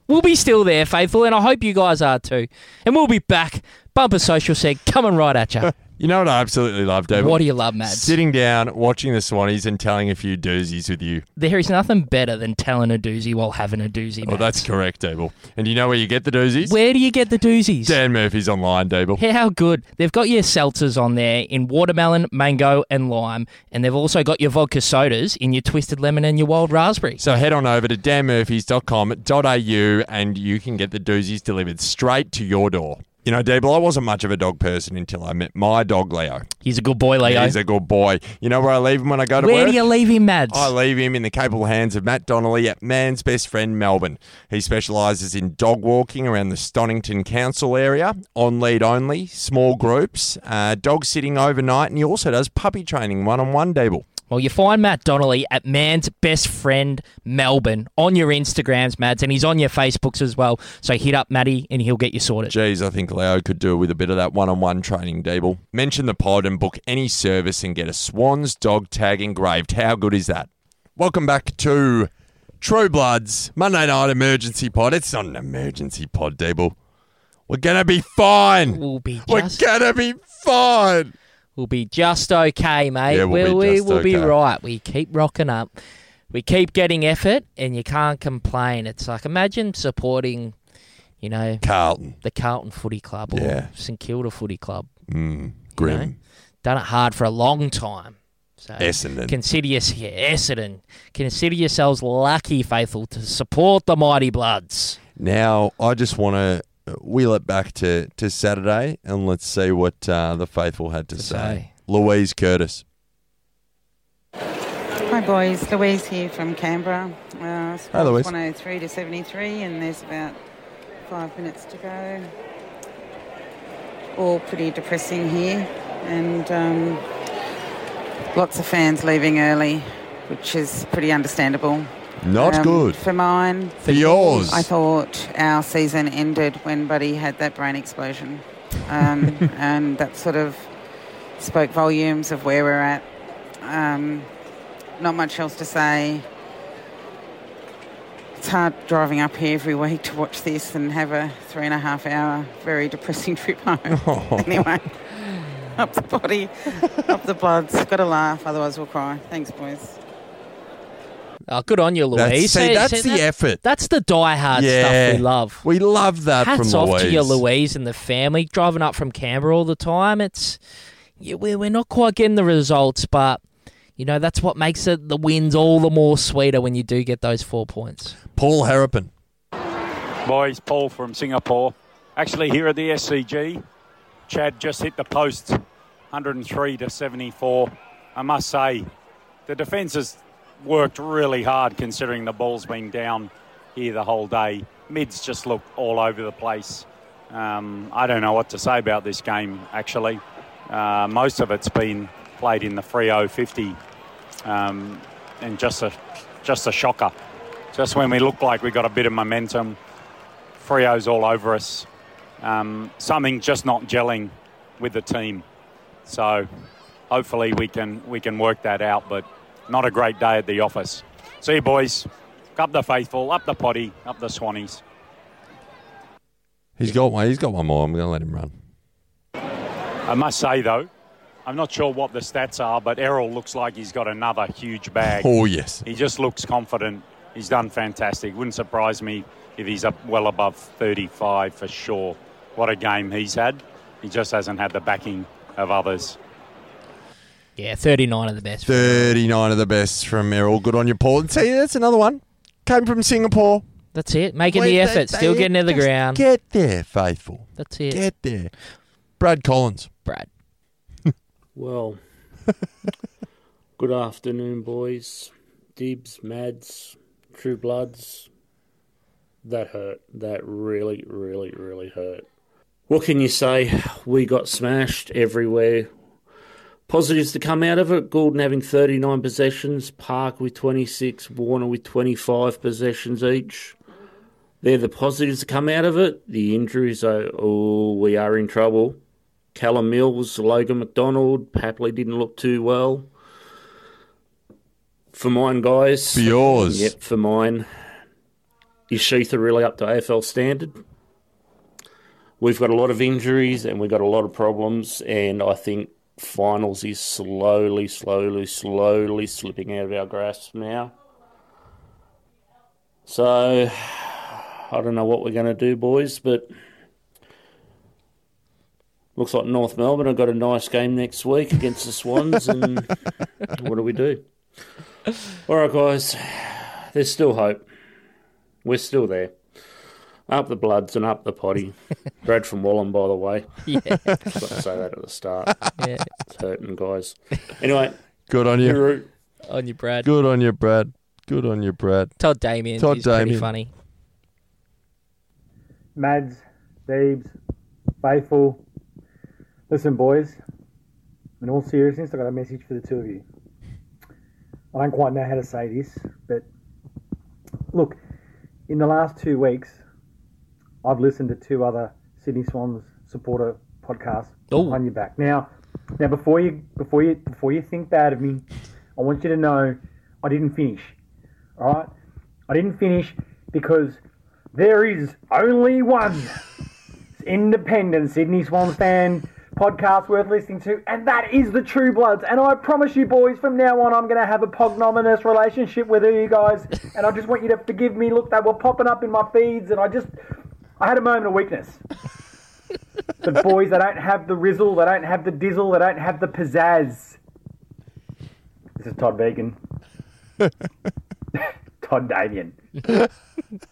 [SPEAKER 2] We'll be still there, faithful, and I hope you guys are too. And we'll be back. Bumper Social said, coming right at you.
[SPEAKER 1] You know what I absolutely love, David?
[SPEAKER 2] what do you love, Mads?
[SPEAKER 1] Sitting down, watching the Swannies, and telling a few doozies with you.
[SPEAKER 2] There is nothing better than telling a doozy while having a doozy.
[SPEAKER 1] Well, that's
[SPEAKER 2] mates.
[SPEAKER 1] correct, Dable. And you know where you get the doozies?
[SPEAKER 2] Where do you get the doozies?
[SPEAKER 1] Dan Murphy's online, Dable.
[SPEAKER 2] How good. They've got your seltzers on there in watermelon, mango, and lime. And they've also got your vodka sodas in your twisted lemon and your wild raspberry.
[SPEAKER 1] So head on over to danmurphys.com.au and you can get the doozies delivered straight to your door. You know, Dable, I wasn't much of a dog person until I met my dog, Leo.
[SPEAKER 2] He's a good boy, Leo.
[SPEAKER 1] He's a good boy. You know where I leave him when I go to
[SPEAKER 2] Where
[SPEAKER 1] work?
[SPEAKER 2] do you leave him, Mads?
[SPEAKER 1] I leave him in the capable hands of Matt Donnelly at Man's Best Friend Melbourne. He specialises in dog walking around the Stonington Council area, on lead only, small groups, uh, dog sitting overnight, and he also does puppy training one on one, Dable.
[SPEAKER 2] Well, you find Matt Donnelly at Man's Best Friend Melbourne on your Instagrams, Mads, and he's on your Facebooks as well. So hit up Matty and he'll get you sorted.
[SPEAKER 1] Geez, I think Leo could do with a bit of that one on one training, Dable. Mention the pod and book any service and get a Swans dog tag engraved. How good is that? Welcome back to True Bloods Monday Night Emergency Pod. It's not an emergency pod, Dable. We're going to be fine.
[SPEAKER 2] We'll be
[SPEAKER 1] We're
[SPEAKER 2] just,
[SPEAKER 1] gonna be fine.
[SPEAKER 2] we'll be just okay, mate.
[SPEAKER 1] Yeah, we'll be
[SPEAKER 2] we
[SPEAKER 1] just
[SPEAKER 2] will be
[SPEAKER 1] okay.
[SPEAKER 2] right. We keep rocking up. We keep getting effort, and you can't complain. It's like imagine supporting, you know,
[SPEAKER 1] Carlton,
[SPEAKER 2] the Carlton Footy Club or
[SPEAKER 1] Yeah.
[SPEAKER 2] St Kilda Footy Club.
[SPEAKER 1] mm, grim.
[SPEAKER 2] know? Done it hard for a long time. So
[SPEAKER 1] Essendon.
[SPEAKER 2] Consider yourself Essendon. Consider yourselves lucky, faithful, to support the mighty bloods.
[SPEAKER 1] Now I just want to wheel it back to to Saturday and let's see what uh, the faithful had to, say.
[SPEAKER 2] say.
[SPEAKER 1] Louise Curtis.
[SPEAKER 5] Hi boys, Louise here from Canberra. Uh, it's
[SPEAKER 1] Hi, Louise.
[SPEAKER 5] 103 to 73 and there's about five minutes to go. All pretty depressing here and um, lots of fans leaving early, which is pretty understandable.
[SPEAKER 1] Not
[SPEAKER 5] Um,
[SPEAKER 1] good
[SPEAKER 5] For mine,
[SPEAKER 1] for yours.
[SPEAKER 5] I thought our season ended when Buddy had that brain explosion. Um, and that sort of spoke volumes of where we're at. Um, not much else to say. It's hard driving up here every week to watch this and have a three and a half hour, very depressing *laughs* trip home. Anyway, up the body, up the bloods. Got to laugh, otherwise we'll cry. Thanks, boys.
[SPEAKER 2] Oh, good on you,
[SPEAKER 1] That's-
[SPEAKER 2] Louise.
[SPEAKER 1] see,
[SPEAKER 2] So-
[SPEAKER 1] that's
[SPEAKER 2] so
[SPEAKER 1] the
[SPEAKER 2] that-
[SPEAKER 1] effort.
[SPEAKER 2] That's the diehard
[SPEAKER 1] Yeah.
[SPEAKER 2] stuff we love.
[SPEAKER 1] We love that
[SPEAKER 2] Hats
[SPEAKER 1] from
[SPEAKER 2] off
[SPEAKER 1] Louise.
[SPEAKER 2] to your Louise and the family driving up from Canberra all the time. It's yeah, we're we're not quite getting the results, but you know that's what makes it the wins all the more sweeter when you do get those four points.
[SPEAKER 1] Paul Harrapin.
[SPEAKER 6] Boys, Paul from Singapore. Actually, here at the SCG, Chad just hit the post 103 to 74. I must say, the defence has worked really hard considering the ball's been down here the whole day. Mids just look all over the place. Um, I don't know what to say about this game, actually. Uh, most of it's been played in the Frio 50 um, and just a, just a shocker. Just when we looked like we got a bit of momentum, Frio's all over us. Um, something just not gelling with the team. So hopefully we can we can work that out. But not a great day at the office. See you boys. Up the faithful, up the potty, up the Swannies.
[SPEAKER 1] He's got one. He's got one more. I'm gonna let him run.
[SPEAKER 6] I must say though, I'm not sure what the stats are, but Errol looks like he's got another huge bag.
[SPEAKER 1] Oh yes.
[SPEAKER 6] He just looks confident. He's done fantastic. Wouldn't surprise me if he's up well above 35 for sure. What a game he's had. He just hasn't had the backing of others.
[SPEAKER 2] Yeah, thirty nine of the best.
[SPEAKER 1] 39 of the best from Errol. Good on you, Paul. And see, that's another one. Came from Singapore.
[SPEAKER 2] That's it. Making
[SPEAKER 1] Wait,
[SPEAKER 2] the
[SPEAKER 1] they-
[SPEAKER 2] effort, still
[SPEAKER 1] they
[SPEAKER 2] getting to the
[SPEAKER 1] just
[SPEAKER 2] ground.
[SPEAKER 1] Get there, faithful.
[SPEAKER 2] That's it,
[SPEAKER 1] Get there. Brad Collins.
[SPEAKER 2] Brad.
[SPEAKER 7] Well, good afternoon, boys. Dibs, Mads, True Bloods. That hurt. That really, really, really hurt. What can you say? We got smashed everywhere. Positives to come out of it Gordon having 39 possessions, Park with 26, Warner with 25 possessions each. They're the positives to come out of it. The injuries are, oh, we are in trouble. Callum Mills, Logan McDonald, Papley didn't look too well. For mine, guys.
[SPEAKER 1] For yours.
[SPEAKER 7] Yep, for mine. Is Sheetha really up to AFL standard? We've got a lot of injuries and we've got a lot of problems, and I think finals is slowly, slowly, slowly slipping out of our grasp now. So, I don't know what we're going to do, boys, but looks like North Melbourne have got a nice game next week against the Swans. and Mm. what do we do? All right, guys, there's still hope. We're still there. Up the bloods and up
[SPEAKER 2] *laughs*
[SPEAKER 7] the potty. Brad from Wallen, by the way.
[SPEAKER 2] Yeah,
[SPEAKER 7] *laughs* I've got to say that at the start.
[SPEAKER 2] yeah.
[SPEAKER 7] It's hurting, guys. Anyway,
[SPEAKER 1] Good on you.
[SPEAKER 7] Guru,
[SPEAKER 2] On you, Brad.
[SPEAKER 1] Good on you, Brad. Good on you, Brad.
[SPEAKER 2] Todd Damien.
[SPEAKER 1] Todd
[SPEAKER 2] Todd
[SPEAKER 1] Damien.
[SPEAKER 2] Damien. Pretty funny.
[SPEAKER 8] Mads, Debs, Faithful. Listen, boys, in all seriousness, I've got a message for the two of you. I don't quite know how to say this, but look, in the last two weeks, I've listened to two other Sydney Swans supporter podcasts
[SPEAKER 2] Ooh.
[SPEAKER 8] on your back. Now, now before you before you before you think bad of me, I want you to know I didn't finish. All right, I didn't finish because there is only one independent Sydney Swans fan podcast worth listening to, and that is the True Bloods. And I promise you, boys, from now on, I'm going to have a pognominous relationship with you guys. And I just want you to forgive me. Look, they were popping up in my feeds, and I just, I had a moment of weakness. but boys, they don't have the rizzle, they don't have the dizzle, they don't have the pizzazz. This is Todd Vegan. Todd Damien.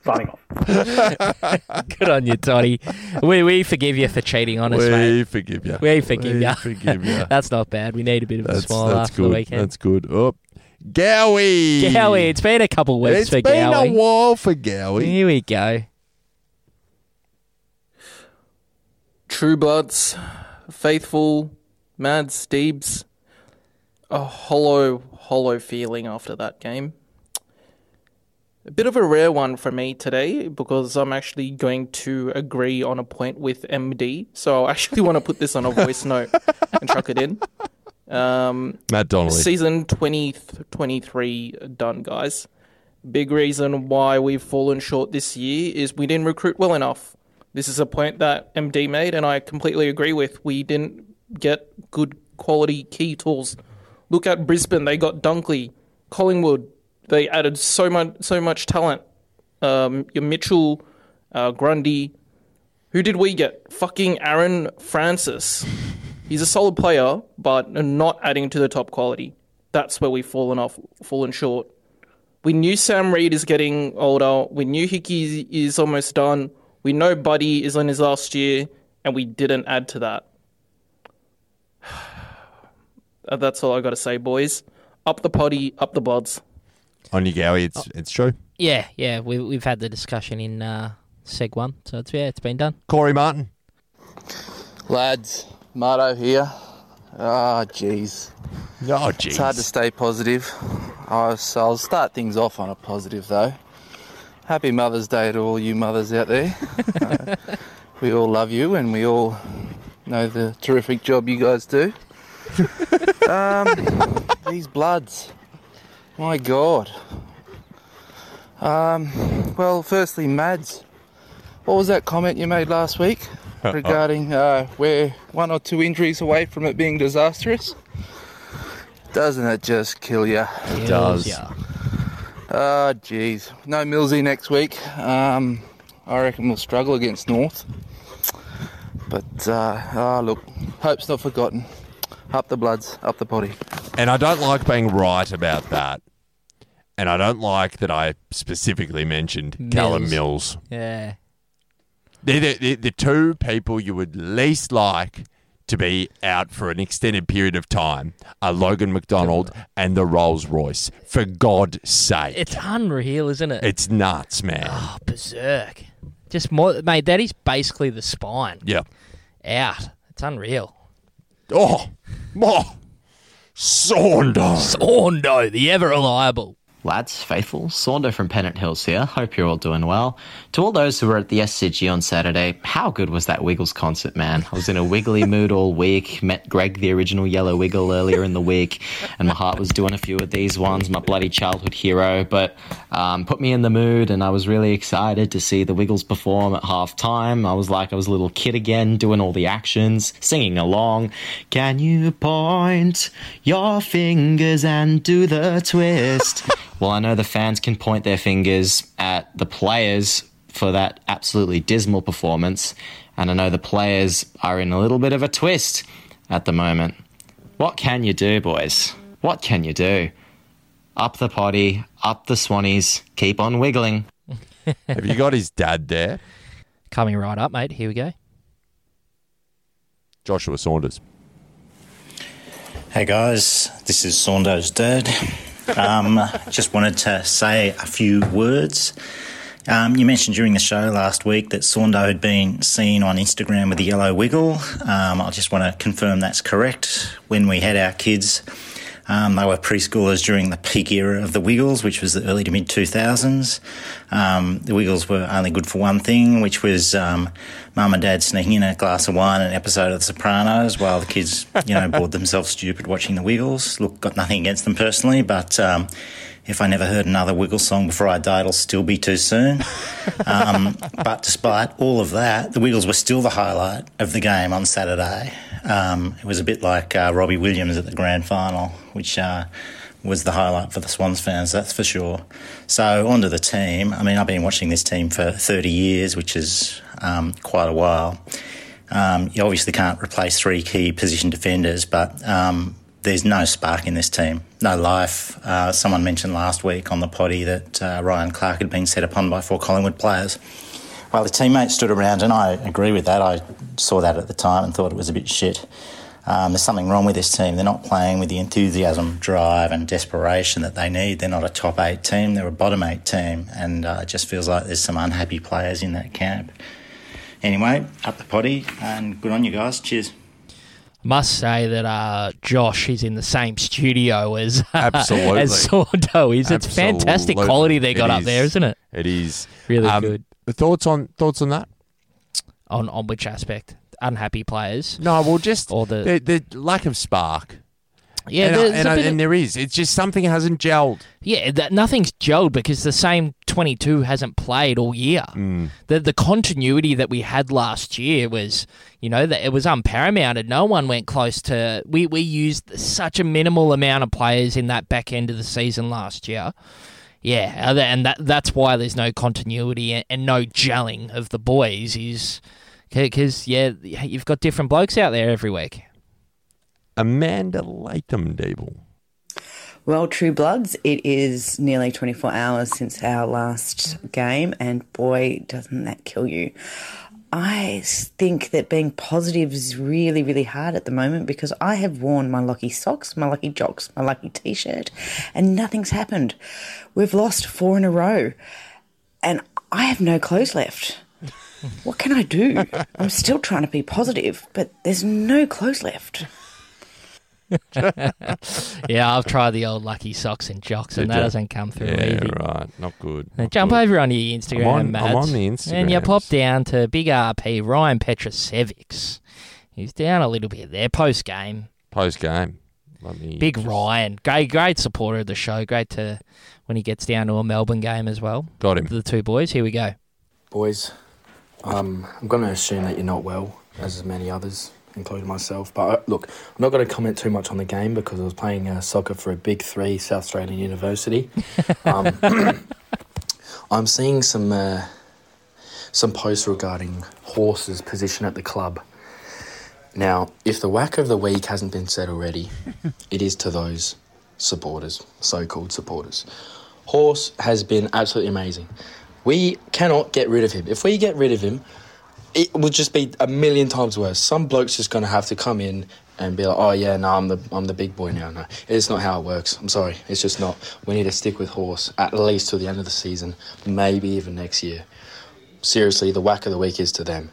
[SPEAKER 8] Signing off.
[SPEAKER 2] *laughs* Good on you, Toddy. We we forgive you for cheating on us,
[SPEAKER 1] we
[SPEAKER 2] mate.
[SPEAKER 1] forgive you.
[SPEAKER 2] We forgive
[SPEAKER 1] we
[SPEAKER 2] ya.
[SPEAKER 1] forgive you.
[SPEAKER 2] *laughs* That's not bad. We need a bit of
[SPEAKER 1] that's
[SPEAKER 2] a smile
[SPEAKER 1] that's
[SPEAKER 2] after
[SPEAKER 1] good.
[SPEAKER 2] the weekend.
[SPEAKER 1] That's good. Oh, Gowie.
[SPEAKER 2] Gowie, it's been a couple weeks
[SPEAKER 1] It's
[SPEAKER 2] for
[SPEAKER 1] been a
[SPEAKER 2] Gowie.
[SPEAKER 1] while for Gowie.
[SPEAKER 2] Here we go.
[SPEAKER 9] True Bloods, Faithful, Mad Steebs. A hollow, hollow feeling after that game. A bit of a rare one for me today because I'm actually going to agree on a point with MD. So I *laughs* actually want to put this on a voice note and chuck it in. Um,
[SPEAKER 1] Matt Donnelly.
[SPEAKER 9] Season 2023 done, guys. Big reason why we've fallen short this year is we didn't recruit well enough. This is a point that MD made, and I completely agree with. We didn't get good quality key tools. Look at Brisbane; they got Dunkley, Collingwood. They added so much, so much talent. Um, your Mitchell, uh, Grundy. Who did we get? Fucking Aaron Francis. He's a solid player, but not adding to the top quality. That's where we've fallen off, fallen short. We knew Sam Reed is getting older. We knew Hickey is almost done. We know Buddy is on his last year, and we didn't add to that. *sighs* Uh, That's all I got to say, boys. Up the potty, up the bloods.
[SPEAKER 1] on you, Gowie. It's,
[SPEAKER 2] Oh.
[SPEAKER 1] it's true.
[SPEAKER 2] Yeah, yeah, we, we've had the discussion in uh, Seg 1, so it's, yeah, it's been done.
[SPEAKER 1] Corey Martin.
[SPEAKER 10] Lads, Marto here. Ah, jeez.
[SPEAKER 1] Oh, jeez.
[SPEAKER 10] It's hard to stay positive. I so I'll start things off on a positive, though. Happy Mother's Day to all you mothers out there. Uh, we all love you, and we all know the terrific job you guys do. Um, these bloods, my God. Um, well, firstly, Mads, what was that comment you made last week regarding uh, we're one or two injuries away from it being disastrous? Doesn't it just kill you?
[SPEAKER 2] It
[SPEAKER 1] does.
[SPEAKER 2] Yeah.
[SPEAKER 10] Ah, jeez. No Millsy next week. Um, I reckon we'll struggle against North. But, uh, ah, look, hope's not forgotten. Up the bloods, up the potty.
[SPEAKER 1] And I don't like being right about that. And I don't like that I specifically mentioned Callum
[SPEAKER 2] Mills.
[SPEAKER 1] Mills.
[SPEAKER 2] Yeah.
[SPEAKER 1] They're the, the, the two people you would least like to be out for an extended period of time are Logan McDonald and the Rolls Royce. For God's sake.
[SPEAKER 2] It's unreal, isn't it?
[SPEAKER 1] It's nuts,
[SPEAKER 2] *sighs*
[SPEAKER 1] man.
[SPEAKER 2] berserk. Just more, mate. That is basically the spine
[SPEAKER 1] yeah.
[SPEAKER 2] out. It's unreal.
[SPEAKER 1] Oh, oh. Saunders.
[SPEAKER 2] Saundo, the ever reliable.
[SPEAKER 11] Lads, faithful, Saunder from Pennant Hills here. Hope you're all doing well. To all those who were at the SCG on Saturday, how good was that Wiggles concert, man? I was in a wiggly
[SPEAKER 2] *laughs*
[SPEAKER 11] mood all week. Met Greg, the original Yellow Wiggle, earlier in the week, and my heart was doing a few of these ones, my bloody childhood hero. But um, put me in the mood, and I was really excited to see the Wiggles perform at half time. I was like I was a little kid again, doing all the actions, singing along. Can you point your fingers and do the twist? Well, I know the fans can point their fingers at the players for that absolutely dismal performance, and I know the players are in a little bit of a twist at the moment. What can you do, boys? What can you do? Up the potty, up the swannies, keep on wiggling.
[SPEAKER 1] *laughs* Have you got his dad there?
[SPEAKER 2] Coming right up, mate. Here we go.
[SPEAKER 1] Joshua Saunders.
[SPEAKER 12] Hey guys, this is Saundo's dad. Um, just wanted to say a few words. Um, you mentioned during the show last week that Saundo had been seen on Instagram with a yellow wiggle. Um, I just want to confirm that's correct. When we had our kids, um, they were preschoolers during the peak era of the Wiggles, which was the early to mid 2000s. Um, the Wiggles were only good for one thing, which was um, mum and dad sneaking in a glass of wine and an episode of The Sopranos while the kids, you know, bored themselves stupid watching the Wiggles. Look, got nothing against them personally, but um, if I never heard another Wiggle song before I die, it'll still be too soon. Um, but despite all of that, the Wiggles were still the highlight of the game on Saturday. Um, it was a bit like uh, Robbie Williams at the grand final, which uh, was the highlight for the Swans fans, that's for sure. So, onto the team. I mean, I've been watching this team for 30 years, which is um, quite a while. Um, you obviously can't replace three key position defenders, but um, there's no spark in this team, no life. Uh, someone mentioned last week on the potty that uh, Ryan Clark had been set upon by four Collingwood players. Well, the teammates stood around, and I agree with that. I saw that at the time and thought it was a bit shit. Um, there's something wrong with this team. They're not playing with the enthusiasm, drive, and desperation that they need. They're not a top eight team, they're a bottom eight team, and uh, it just feels like there's some unhappy players in that camp. Anyway, up the potty, and good on you guys. Cheers.
[SPEAKER 2] Must say that uh, Josh is in the same studio as *laughs* uh,
[SPEAKER 1] Absolutely.
[SPEAKER 2] as Saundo is. It's fantastic
[SPEAKER 1] Absolutely.
[SPEAKER 2] quality they got
[SPEAKER 1] It
[SPEAKER 2] up there,
[SPEAKER 1] is.
[SPEAKER 2] isn't it?
[SPEAKER 1] It is Um,
[SPEAKER 2] Really good.
[SPEAKER 1] Thoughts on thoughts on that?
[SPEAKER 2] On on which aspect? Unhappy players.
[SPEAKER 1] No, well, just
[SPEAKER 2] or the
[SPEAKER 1] The, the lack of spark.
[SPEAKER 2] yeah,
[SPEAKER 1] and, I-
[SPEAKER 2] there's
[SPEAKER 1] and,
[SPEAKER 2] a
[SPEAKER 1] I-
[SPEAKER 2] bit of-
[SPEAKER 1] and there is. It's just something hasn't gelled.
[SPEAKER 2] yeah. That nothing's gelled because the same twenty two hasn't played all year.
[SPEAKER 1] Mm.
[SPEAKER 2] The the continuity that we had last year was, you know, that it was unparamount. No one went close to. We we used such a minimal amount of players in that back end of the season last year. Yeah, uh, and that- and that that's why there's no continuity and, and no gelling of the boys is because yeah, you've got different blokes out there every week.
[SPEAKER 1] Amanda Latham Deeble.
[SPEAKER 13] Well, True Bloods, it is nearly 24 hours since our last game, and boy, doesn't that kill you. I s- think that being positive is really, really hard at the moment because I have worn my lucky socks, my lucky jocks, my lucky t shirt, and nothing's happened. We've lost four in a row, and I have no clothes left. What can I do? I'm still trying to be positive, but there's no clothes left.
[SPEAKER 2] *laughs* yeah, I've tried the old lucky socks and jocks, and
[SPEAKER 1] Did
[SPEAKER 2] that
[SPEAKER 1] ya?
[SPEAKER 2] doesn't come through
[SPEAKER 1] Yeah,
[SPEAKER 2] easy.
[SPEAKER 1] right. Not good.
[SPEAKER 2] Now
[SPEAKER 1] Not
[SPEAKER 2] jump
[SPEAKER 1] good.
[SPEAKER 2] over onto your Instagram,
[SPEAKER 1] I'm on- I'm
[SPEAKER 2] Mads,
[SPEAKER 1] on the
[SPEAKER 2] and you
[SPEAKER 1] Instagrams.
[SPEAKER 2] pop down to Big RP Ryan Petrasevics. He's down a little bit there post game.
[SPEAKER 1] Post game. Let me.
[SPEAKER 2] Big Ryan, great, great supporter of the show. Great to when he gets down to a Melbourne game as well.
[SPEAKER 1] Got him.
[SPEAKER 2] The two boys. Here we go.
[SPEAKER 14] Boys, um, I'm going to assume that you're not well, as is many others, including myself. But uh, look, I'm not going to comment too much on the game because I was playing uh, soccer for a Big Three South Australian University. Um, *clears throat* I'm seeing some uh, some posts regarding horses' position at the club. Now, if the whack of the week hasn't been said already, it is to those supporters, so-called supporters. Horse has been absolutely amazing. We cannot get rid of him. If we get rid of him, it would just be a million times worse. Some bloke's just going to have to come in and be like, "Oh yeah, no, I'm the I'm the big boy now." No, it's not how it works. I'm sorry, it's just not. We need to stick with horse at least till the end of the season, maybe even next year. Seriously, the whack of the week is to them.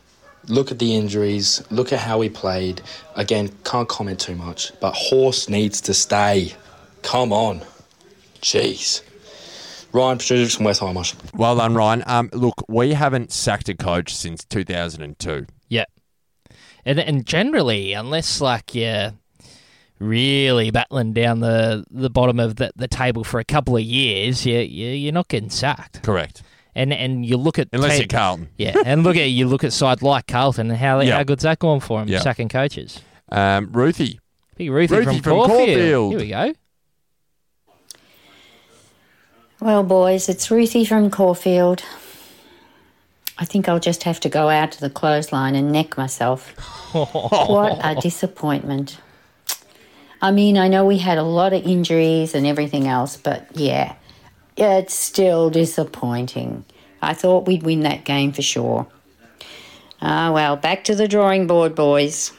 [SPEAKER 14] Look at the injuries. Look at how he played. Again, can't comment too much, but horse needs to stay. Come on, jeez. Ryan Patrick from West Hamish.
[SPEAKER 1] Well done, Ryan. Um, look, we haven't sacked a coach since 2002.
[SPEAKER 2] Yeah. And and generally, unless like you're really battling down the, the bottom of the, the table for a couple of years, you, you you're not getting sacked.
[SPEAKER 1] Correct.
[SPEAKER 2] And and you look at
[SPEAKER 1] Unless
[SPEAKER 2] ta-
[SPEAKER 1] you're Carlton.
[SPEAKER 2] *laughs* yeah. And look at you look at side like Carlton and how
[SPEAKER 1] Yeah.
[SPEAKER 2] how good's that going for him
[SPEAKER 1] Yeah.
[SPEAKER 2] sacking coaches.
[SPEAKER 1] Um, Ruthie.
[SPEAKER 2] Big Ruthie,
[SPEAKER 1] Ruthie
[SPEAKER 2] from,
[SPEAKER 1] from
[SPEAKER 2] Caulfield.
[SPEAKER 1] Caulfield.
[SPEAKER 2] Here we go.
[SPEAKER 15] Well, boys, it's Ruthie from Caulfield. I think I'll just have to go out to the clothesline and neck myself. what a disappointment. I mean, I know we had a lot of injuries and everything else, but yeah, it's still disappointing. I thought we'd win that game for sure. Ah, well, back to the drawing board, boys.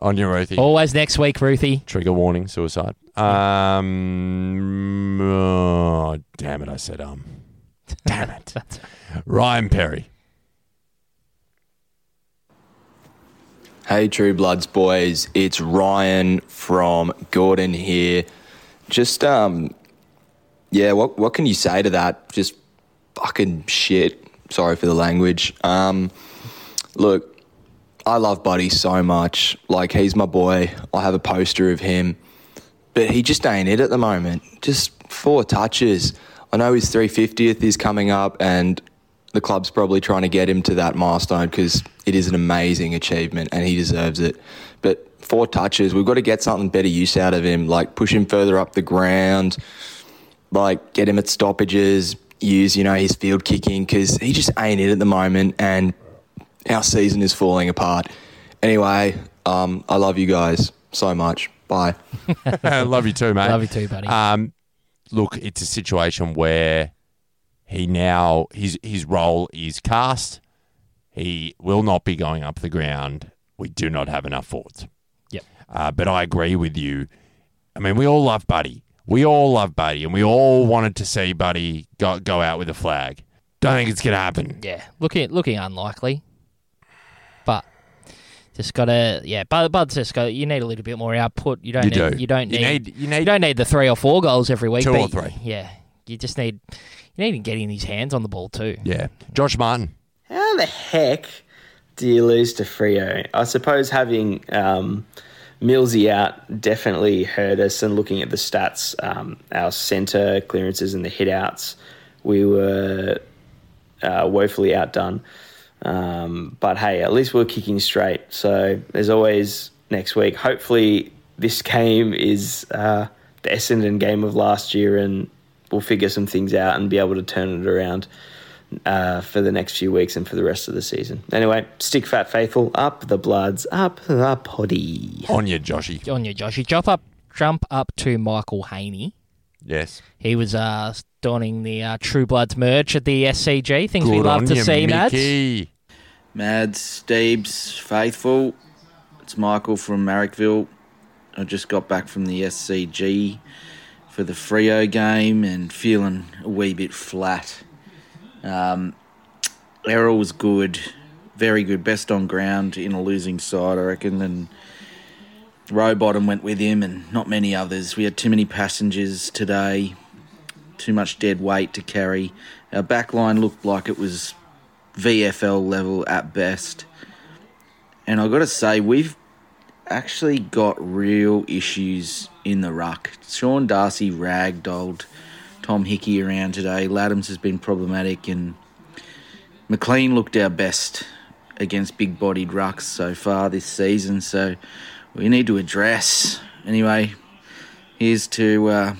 [SPEAKER 1] On your Ruthie.
[SPEAKER 2] Always next week, Ruthie.
[SPEAKER 1] Trigger warning, suicide. Um, oh, damn it, I said um. Damn
[SPEAKER 2] *laughs*
[SPEAKER 1] it. Ryan Perry. *laughs*
[SPEAKER 16] Hey, True Bloods boys, it's Ryan from Gordon here. Just um, yeah, what what can you say to that? Just fucking shit. Sorry for the language. Um, look, I love Buddy so much. Like he's my boy. I have a poster of him, but he just ain't it at the moment. Just four touches. I know his 350th is coming up, and the club's probably trying to get him to that milestone because it is an amazing achievement and he deserves it. But four touches, we've got to get something better use out of him, like push him further up the ground, like get him at stoppages, use, you know, his field kicking because he just ain't it at the moment and our season is falling apart. Anyway, um, I love you guys so much. Bye.
[SPEAKER 1] Love you too, mate.
[SPEAKER 2] Love you too, buddy.
[SPEAKER 1] Um, look, it's a situation where he now his his role is cast. He will not be going up the ground. We do not have enough forwards.
[SPEAKER 2] Yep.
[SPEAKER 1] Uh, but I agree with you. I mean, we all love Buddy. We all love Buddy, and we all wanted to see Buddy go go out with a flag. Don't think it's gonna happen.
[SPEAKER 2] Yeah, looking looking unlikely, but just gotta yeah. Bud, Bud's just got you need a little bit more output. You don't
[SPEAKER 1] You
[SPEAKER 2] need
[SPEAKER 1] do.
[SPEAKER 2] you don't
[SPEAKER 1] You
[SPEAKER 2] need,
[SPEAKER 1] need- you need
[SPEAKER 2] don't need the three or four goals every week.
[SPEAKER 1] Two or
[SPEAKER 2] but-
[SPEAKER 1] three.
[SPEAKER 2] Yeah, you just need you need him getting his hands on the ball too.
[SPEAKER 1] Yeah, Josh Martin.
[SPEAKER 17] How the heck do you lose to Frio? I suppose having um, Millsy out definitely hurt us. And looking at the stats, um, our centre clearances and the hitouts, we were uh, woefully outdone. Um, but hey, at least we're kicking straight. So there's always next week. Hopefully, this game is uh, the Essendon game of last year, and we'll figure some things out and be able to turn it around uh, for the next few weeks and for the rest of the season. Anyway, stick fat faithful up the bloods, up the poddy.
[SPEAKER 1] On you, Joshy.
[SPEAKER 2] On you, Joshy. Jump up, jump up to Michael Haney.
[SPEAKER 1] Yes.
[SPEAKER 2] He was uh, donning the uh, True Bloods merch at the SCG. Things we
[SPEAKER 18] Good
[SPEAKER 2] love
[SPEAKER 18] on
[SPEAKER 2] to
[SPEAKER 18] you,
[SPEAKER 2] see, Mads.
[SPEAKER 18] Mads, Steves, Faithful. It's Michael from Marrickville. I just got back from the SCG for the Frio game and feeling a wee bit flat. Um, Errol was good, very good, best on ground in a losing side, I reckon. And Rowbottom went with him, and not many others. We had too many passengers today, too much dead weight to carry. Our back line looked like it was VFL level at best. And I've got to say, we've actually got real issues in the ruck. Sean Darcy ragdolled Tom Hickey around today. Laddams has been problematic, and McLean looked our best against big bodied rucks so far this season. So we need to address. Anyway, here's to uh,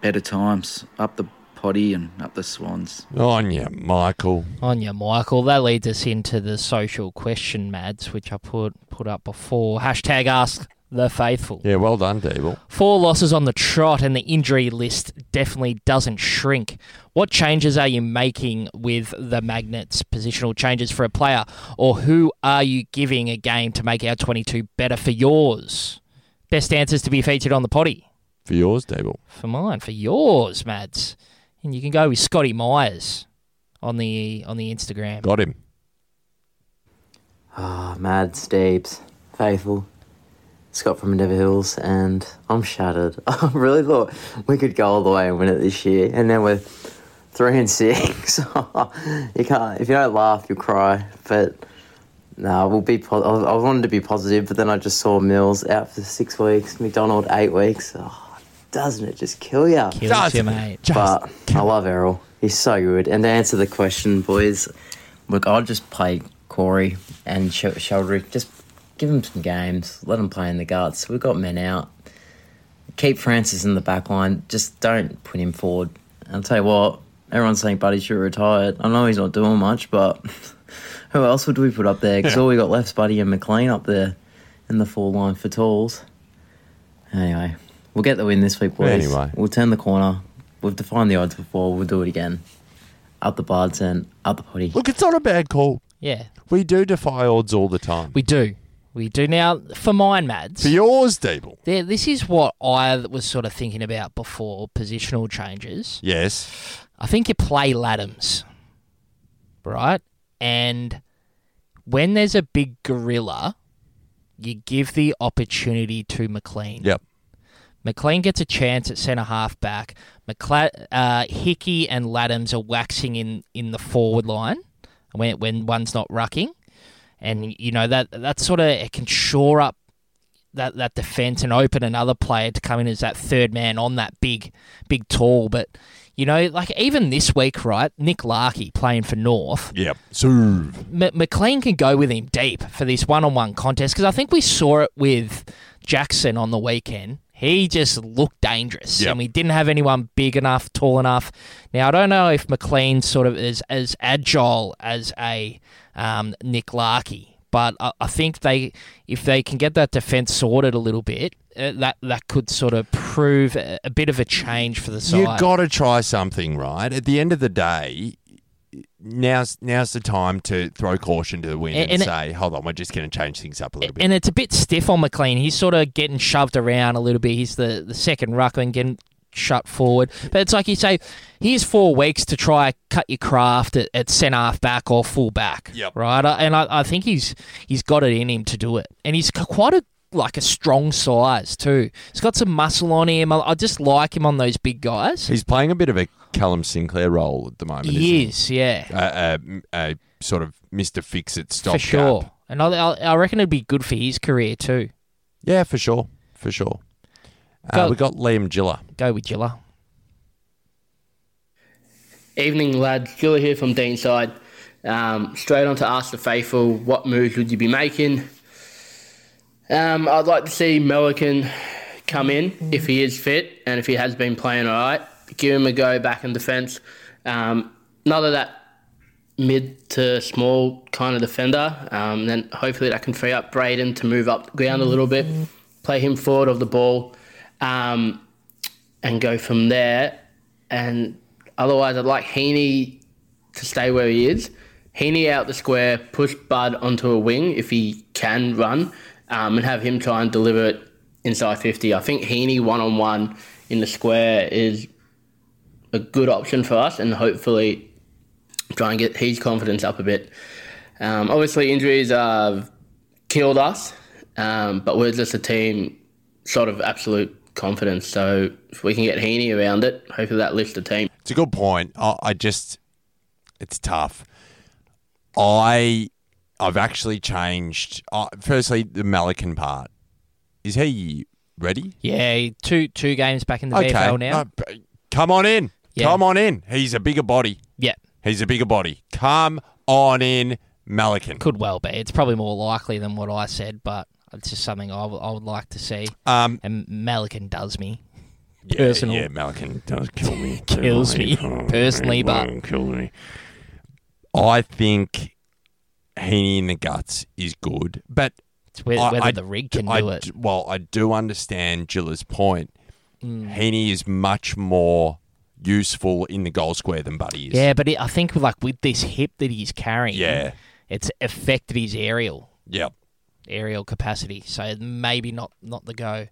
[SPEAKER 18] better times. Up the potty and up the swans.
[SPEAKER 1] On you, Michael.
[SPEAKER 2] On you, Michael. That leads us into the social question, Mads, which I put put up before. Hashtag ask the faithful.
[SPEAKER 1] Yeah, well done, Deeble.
[SPEAKER 2] Four losses on the trot, and the injury list definitely doesn't shrink. What changes are you making with the Magnets? Positional changes for a player, or who are you giving a game to make our 22 better for yours? Best answers to be featured on the potty.
[SPEAKER 1] For yours, Deeble.
[SPEAKER 2] For mine, for yours, Mads. And you can go with Scotty Myers on the on the Instagram.
[SPEAKER 1] Got him.
[SPEAKER 19] Ah, Mad Steeps, Faithful, Scott from Endeavour Hills, and I'm shattered. *laughs* I really thought we could go all the way and win it this year, and now we're three and six. *laughs* you can't if you don't laugh, you'll cry. But no, we'll be. Po- I I wanted to be positive, but then I just saw Mills out for six weeks, McDonald eight weeks. Oh, doesn't it just kill you?
[SPEAKER 2] Kills Does you, it? mate. Just
[SPEAKER 19] but I love Errol. He's so good. And to answer the question, boys, look, I'll just play Corey and Sh- Sheldrick. Just give him some games. Let him play in the guts. We've got men out. Keep Francis in the back line. Just don't put him forward. And I'll tell you what, everyone's saying Buddy should retire. I know he's not doing much, but *laughs* who else would we put up there? Because
[SPEAKER 20] Yeah.
[SPEAKER 19] all we got left is Buddy and McLean up there in the four line for tools. Anyway, we'll get the win this week, boys.
[SPEAKER 1] Anyway.
[SPEAKER 19] We'll turn the corner. We've defined the odds before. We'll do it again. Up the bards and up the potty.
[SPEAKER 1] Look, it's not a bad call.
[SPEAKER 2] Yeah.
[SPEAKER 1] We do defy odds all the time.
[SPEAKER 2] We do. We do. Now, for mine, Mads.
[SPEAKER 1] For yours, Deeble.
[SPEAKER 2] There, this is what I was sort of thinking about before positional changes.
[SPEAKER 1] Yes.
[SPEAKER 2] I think you play Laddams, right? And when there's a big gorilla, you give the opportunity to McLean.
[SPEAKER 1] Yep.
[SPEAKER 2] McLean gets a chance at centre half back. McLa- uh, Hickey and Laddams are waxing in, in the forward line when when one's not rucking, and you know that that sort of it can shore up that that defense and open another player to come in as that third man on that big big tall. But you know, like even this week, right? Nick Larkey playing for North.
[SPEAKER 1] Yep. So
[SPEAKER 2] M- McLean can go with him deep for this one-on-one contest because I think we saw it with Jackson on the weekend. He just looked dangerous,
[SPEAKER 1] Yep.
[SPEAKER 2] and we didn't have anyone big enough, tall enough. Now I don't know if McLean sort of is as agile as a um, Nick Larkey, but I, I think they, if they can get that defense sorted a little bit, uh, that that could sort of prove a, a bit of a change for the side.
[SPEAKER 1] you got to try something, right? At the end of the day, now's now's the time to throw caution to the wind
[SPEAKER 2] And-
[SPEAKER 1] and,
[SPEAKER 2] and it-
[SPEAKER 1] say, "Hold on, we're just going to change things up a little bit."
[SPEAKER 2] and it's a bit stiff on McLean. He's sort of getting shoved around a little bit. He's the, the second ruckman getting shut forward. But it's like you say, here's four weeks to try cut your craft at, at centre half back or full back.
[SPEAKER 1] Yep.
[SPEAKER 2] Right. I- And I, I think he's he's got it in him to do it. And he's got quite a like a strong size too. He's got some muscle on him. I, I just like him on those big guys.
[SPEAKER 1] He's playing a bit of a Callum Sinclair role at the moment.
[SPEAKER 2] He
[SPEAKER 1] isn't
[SPEAKER 2] is, yeah.
[SPEAKER 1] A, a, a sort of Mister Fix It Stop
[SPEAKER 2] for sure. And I, I I reckon it'd be good for his career too.
[SPEAKER 1] Yeah, for sure, for sure. Uh,
[SPEAKER 2] Go-
[SPEAKER 1] we got Liam Giller.
[SPEAKER 2] Go with Giller.
[SPEAKER 21] Evening, lads. Gilla here from Deanside. Um, straight on to Ask the Faithful, what moves would you be making? Um, I'd like to see Melican come in if he is fit and if he has been playing all right. Give him a go back in defence. Um, none of that mid to small kind of defender. Um, then hopefully that can free up Braden to move up the ground a little bit, play him forward of the ball, um, and go from there. And otherwise, I'd like Heaney to stay where he is. Heaney out the square, push Bud onto a wing if he can run, um, and have him try and deliver it inside 50. I think Heaney one on one in the square is a good option for us, and hopefully try and get his confidence up a bit. Um, obviously, injuries have killed us, um, but we're just a team sort of absolute confidence. So if we can get Heaney around it, hopefully that lifts the team.
[SPEAKER 1] It's a good point. I, I just, it's tough. I, I've actually changed. Uh, firstly, the Malikan part. Is he ready?
[SPEAKER 2] Yeah, two two games back in the
[SPEAKER 1] Okay.
[SPEAKER 2] VFL now.
[SPEAKER 1] No, b- come on in.
[SPEAKER 2] Yeah.
[SPEAKER 1] Come on in. He's a bigger body.
[SPEAKER 2] Yeah.
[SPEAKER 1] He's a bigger body. Come on in, Malikan.
[SPEAKER 2] Could well be. It's probably more likely than what I said, but it's just something I would- I would like to see.
[SPEAKER 1] Um,
[SPEAKER 2] and Malikan does me.
[SPEAKER 1] Yeah,
[SPEAKER 2] Personal.
[SPEAKER 1] Yeah, Malikan does kill me.
[SPEAKER 2] *laughs* Kills me
[SPEAKER 1] Oh,
[SPEAKER 2] personally, but-
[SPEAKER 1] Malikan kills me. I think Heaney in the guts is good, but
[SPEAKER 2] It's whether, whether the rig can
[SPEAKER 1] I
[SPEAKER 2] do it.
[SPEAKER 1] d- Well, I do understand Jilla's point.
[SPEAKER 2] Mm.
[SPEAKER 1] Heaney is much more useful in the goal square than Buddy is.
[SPEAKER 2] Yeah, but it, I think like with this hip that he's carrying,
[SPEAKER 1] Yeah.
[SPEAKER 2] it's affected his aerial
[SPEAKER 1] Yep.
[SPEAKER 2] aerial capacity. So maybe not not the go.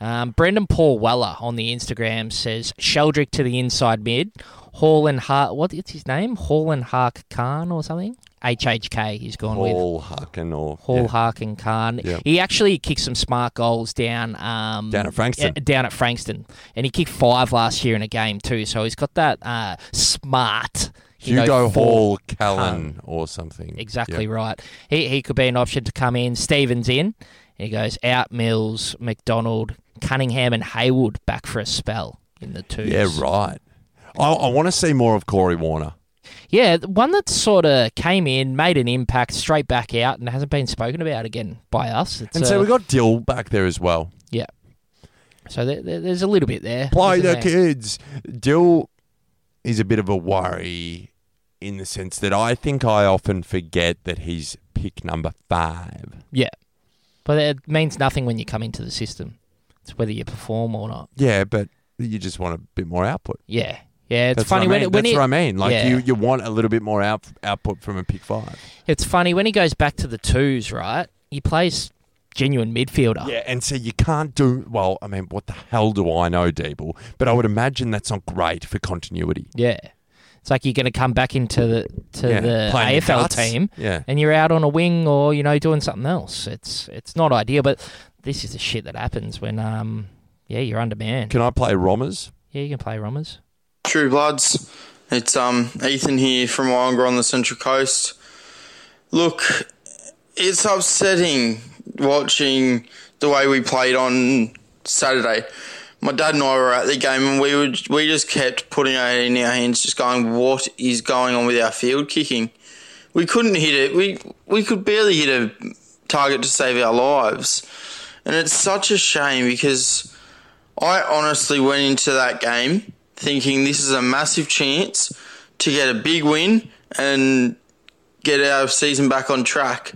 [SPEAKER 2] Um, Brendan Paul Weller on the Instagram says Sheldrick to the inside mid, Hall and Hark. What is his name? Hall and Hark Khan or something? HHK. He's gone with
[SPEAKER 1] Hall, Harkin, or
[SPEAKER 2] Hall
[SPEAKER 1] yeah.
[SPEAKER 2] Harkin Khan.
[SPEAKER 1] Yeah.
[SPEAKER 2] He actually kicked some smart goals down um,
[SPEAKER 1] Down at Frankston.
[SPEAKER 2] uh, down at Frankston, and he kicked five last year in a game too. So he's got that uh, smart. you know,
[SPEAKER 1] Hugo
[SPEAKER 2] four-
[SPEAKER 1] Hall, Callan, or something.
[SPEAKER 2] Exactly
[SPEAKER 1] Yep.
[SPEAKER 2] right. He he could be an option to come in. Stevens in. He goes out. Mills, McDonald, Cunningham, and Haywood back for a spell in the twos.
[SPEAKER 1] Yeah, right. I, I want to see more of Corey Warner.
[SPEAKER 2] Yeah, the one that sort of came in, made an impact, straight back out, and hasn't been spoken about again by us. It's,
[SPEAKER 1] and so
[SPEAKER 2] uh,
[SPEAKER 1] we got Dill back there as well.
[SPEAKER 2] Yeah. So there, there, there's a little bit there.
[SPEAKER 1] *laughs* Play
[SPEAKER 2] isn't
[SPEAKER 1] the
[SPEAKER 2] there?
[SPEAKER 1] kids. Dill is a bit of a worry in the sense that I think I often forget that he's pick number five.
[SPEAKER 2] Yeah. But it means nothing when you come into the system. It's whether you perform or not.
[SPEAKER 1] Yeah, but you just want a bit more output.
[SPEAKER 2] Yeah. Yeah, it's
[SPEAKER 1] That's
[SPEAKER 2] funny
[SPEAKER 1] what I mean.
[SPEAKER 2] when it- when
[SPEAKER 1] that's
[SPEAKER 2] it-
[SPEAKER 1] what I mean. Like
[SPEAKER 2] Yeah.
[SPEAKER 1] you, you want a little bit more out, output from a pick five.
[SPEAKER 2] It's funny when he goes back to the twos, right? He plays genuine midfielder.
[SPEAKER 1] Yeah, and so you can't do well. I mean, what the hell do I know, Deeble? But I would imagine that's not great for continuity.
[SPEAKER 2] Yeah. It's like you're going to come back into the to
[SPEAKER 1] Yeah,
[SPEAKER 2] the
[SPEAKER 1] playing the
[SPEAKER 2] AFL
[SPEAKER 1] guts.
[SPEAKER 2] team,
[SPEAKER 1] Yeah.
[SPEAKER 2] and you're out on a wing or you know doing something else. It's it's not ideal, but this is the shit that happens when um yeah you're undermanned.
[SPEAKER 1] Can I play Rommers?
[SPEAKER 2] Yeah, you can play Rommers.
[SPEAKER 20] True Bloods, it's um Ethan here from Wonga on the Central Coast. Look, it's upsetting watching the way we played on Saturday. My dad and I were at the game, and we would we just kept putting it in our hands, just going, "What is going on with our field kicking?" We couldn't hit it. We we could barely hit a target to save our lives, and it's such a shame because. I honestly went into that game thinking this is a massive chance to get a big win and get our season back on track.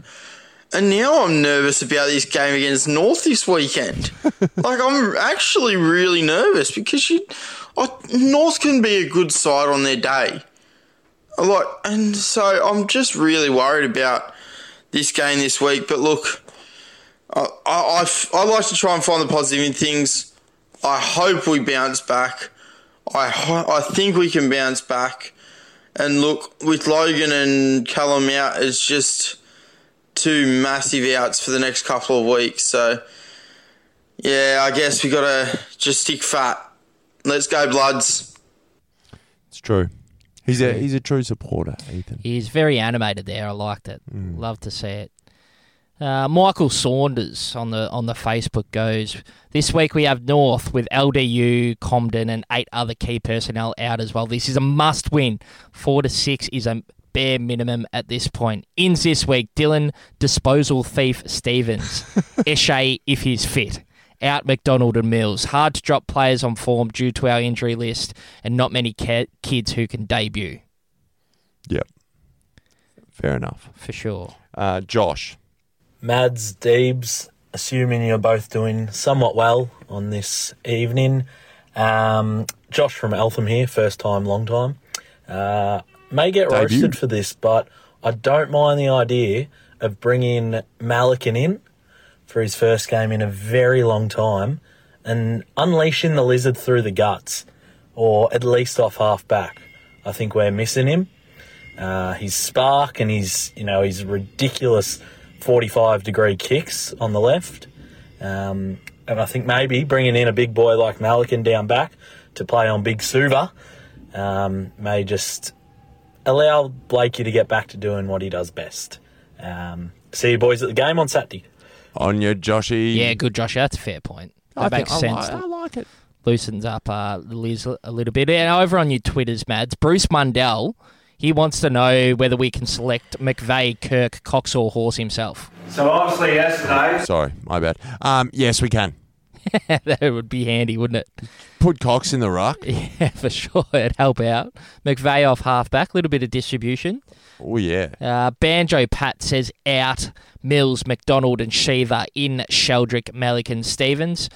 [SPEAKER 20] And now I'm nervous about this game against North this weekend. like I'm actually really nervous because you, I, North can be a good side on their day. Like, and so I'm just really worried about this game this week. But look, I, I- I f- I like to try and find the positive in things. I hope we bounce back. I, ho- I think we can bounce back. And look, with Logan and Callum out, it's just two massive outs for the next couple of weeks. So, yeah, I guess we got to just stick fat. Let's go, Bloods.
[SPEAKER 1] It's true. He's a he's a true supporter, Ethan.
[SPEAKER 2] He's very animated there. I liked it. Love to see it. Uh, Michael Saunders on the on the Facebook goes. This week we have North with LDU, Comden, and eight other key personnel out as well. This is a must win. Four to six is a bare minimum at this point. Ins this week: Dylan, disposal thief Stevens, Eshe if he's fit. Out McDonald and Mills. Hard to drop players on form due to our injury list and not many ca- kids who can debut.
[SPEAKER 1] Yep. Fair enough.
[SPEAKER 2] For sure.
[SPEAKER 1] Uh, Josh.
[SPEAKER 22] Mads, Deebs, assuming you're both doing somewhat well on this evening. Um, Josh from Eltham here, first time, long time. Uh, may get
[SPEAKER 1] Debut.
[SPEAKER 22] roasted for this, but I don't mind the idea of bringing Malikan in for his first game in a very long time and unleashing the lizard through the guts, or at least off half back. I think we're missing him. Uh, his spark and his, you know, his ridiculous 45 degree kicks on the left. Um, and I think maybe bringing in a big boy like Malikan down back to play on Big Suva um, may just allow Blakey to get back to doing what he does best. Um, see you boys at the game on Saturday.
[SPEAKER 1] On your Joshy.
[SPEAKER 2] Yeah, good, Josh. That's a fair point. That
[SPEAKER 22] I think
[SPEAKER 2] makes
[SPEAKER 22] I
[SPEAKER 2] sense.
[SPEAKER 22] like- I
[SPEAKER 1] like it.
[SPEAKER 2] Loosens up uh, the leaves a little bit. And over on your Twitters, Mads, Bruce Mundell, he wants to know whether we can select McVeigh, Kirk, Cox, or Horse himself.
[SPEAKER 23] So obviously yesterday,
[SPEAKER 1] Sorry, my bad. Um, yes, we can.
[SPEAKER 2] *laughs* that would be handy, wouldn't it?
[SPEAKER 1] Put Cox in the ruck.
[SPEAKER 2] *laughs* Yeah, for sure. It'd help out. McVeigh off halfback, little bit of distribution.
[SPEAKER 1] Oh yeah.
[SPEAKER 2] Uh, Banjo Pat says out. Mills, McDonald, and Shiva in Sheldrick, Malik, and Stevens.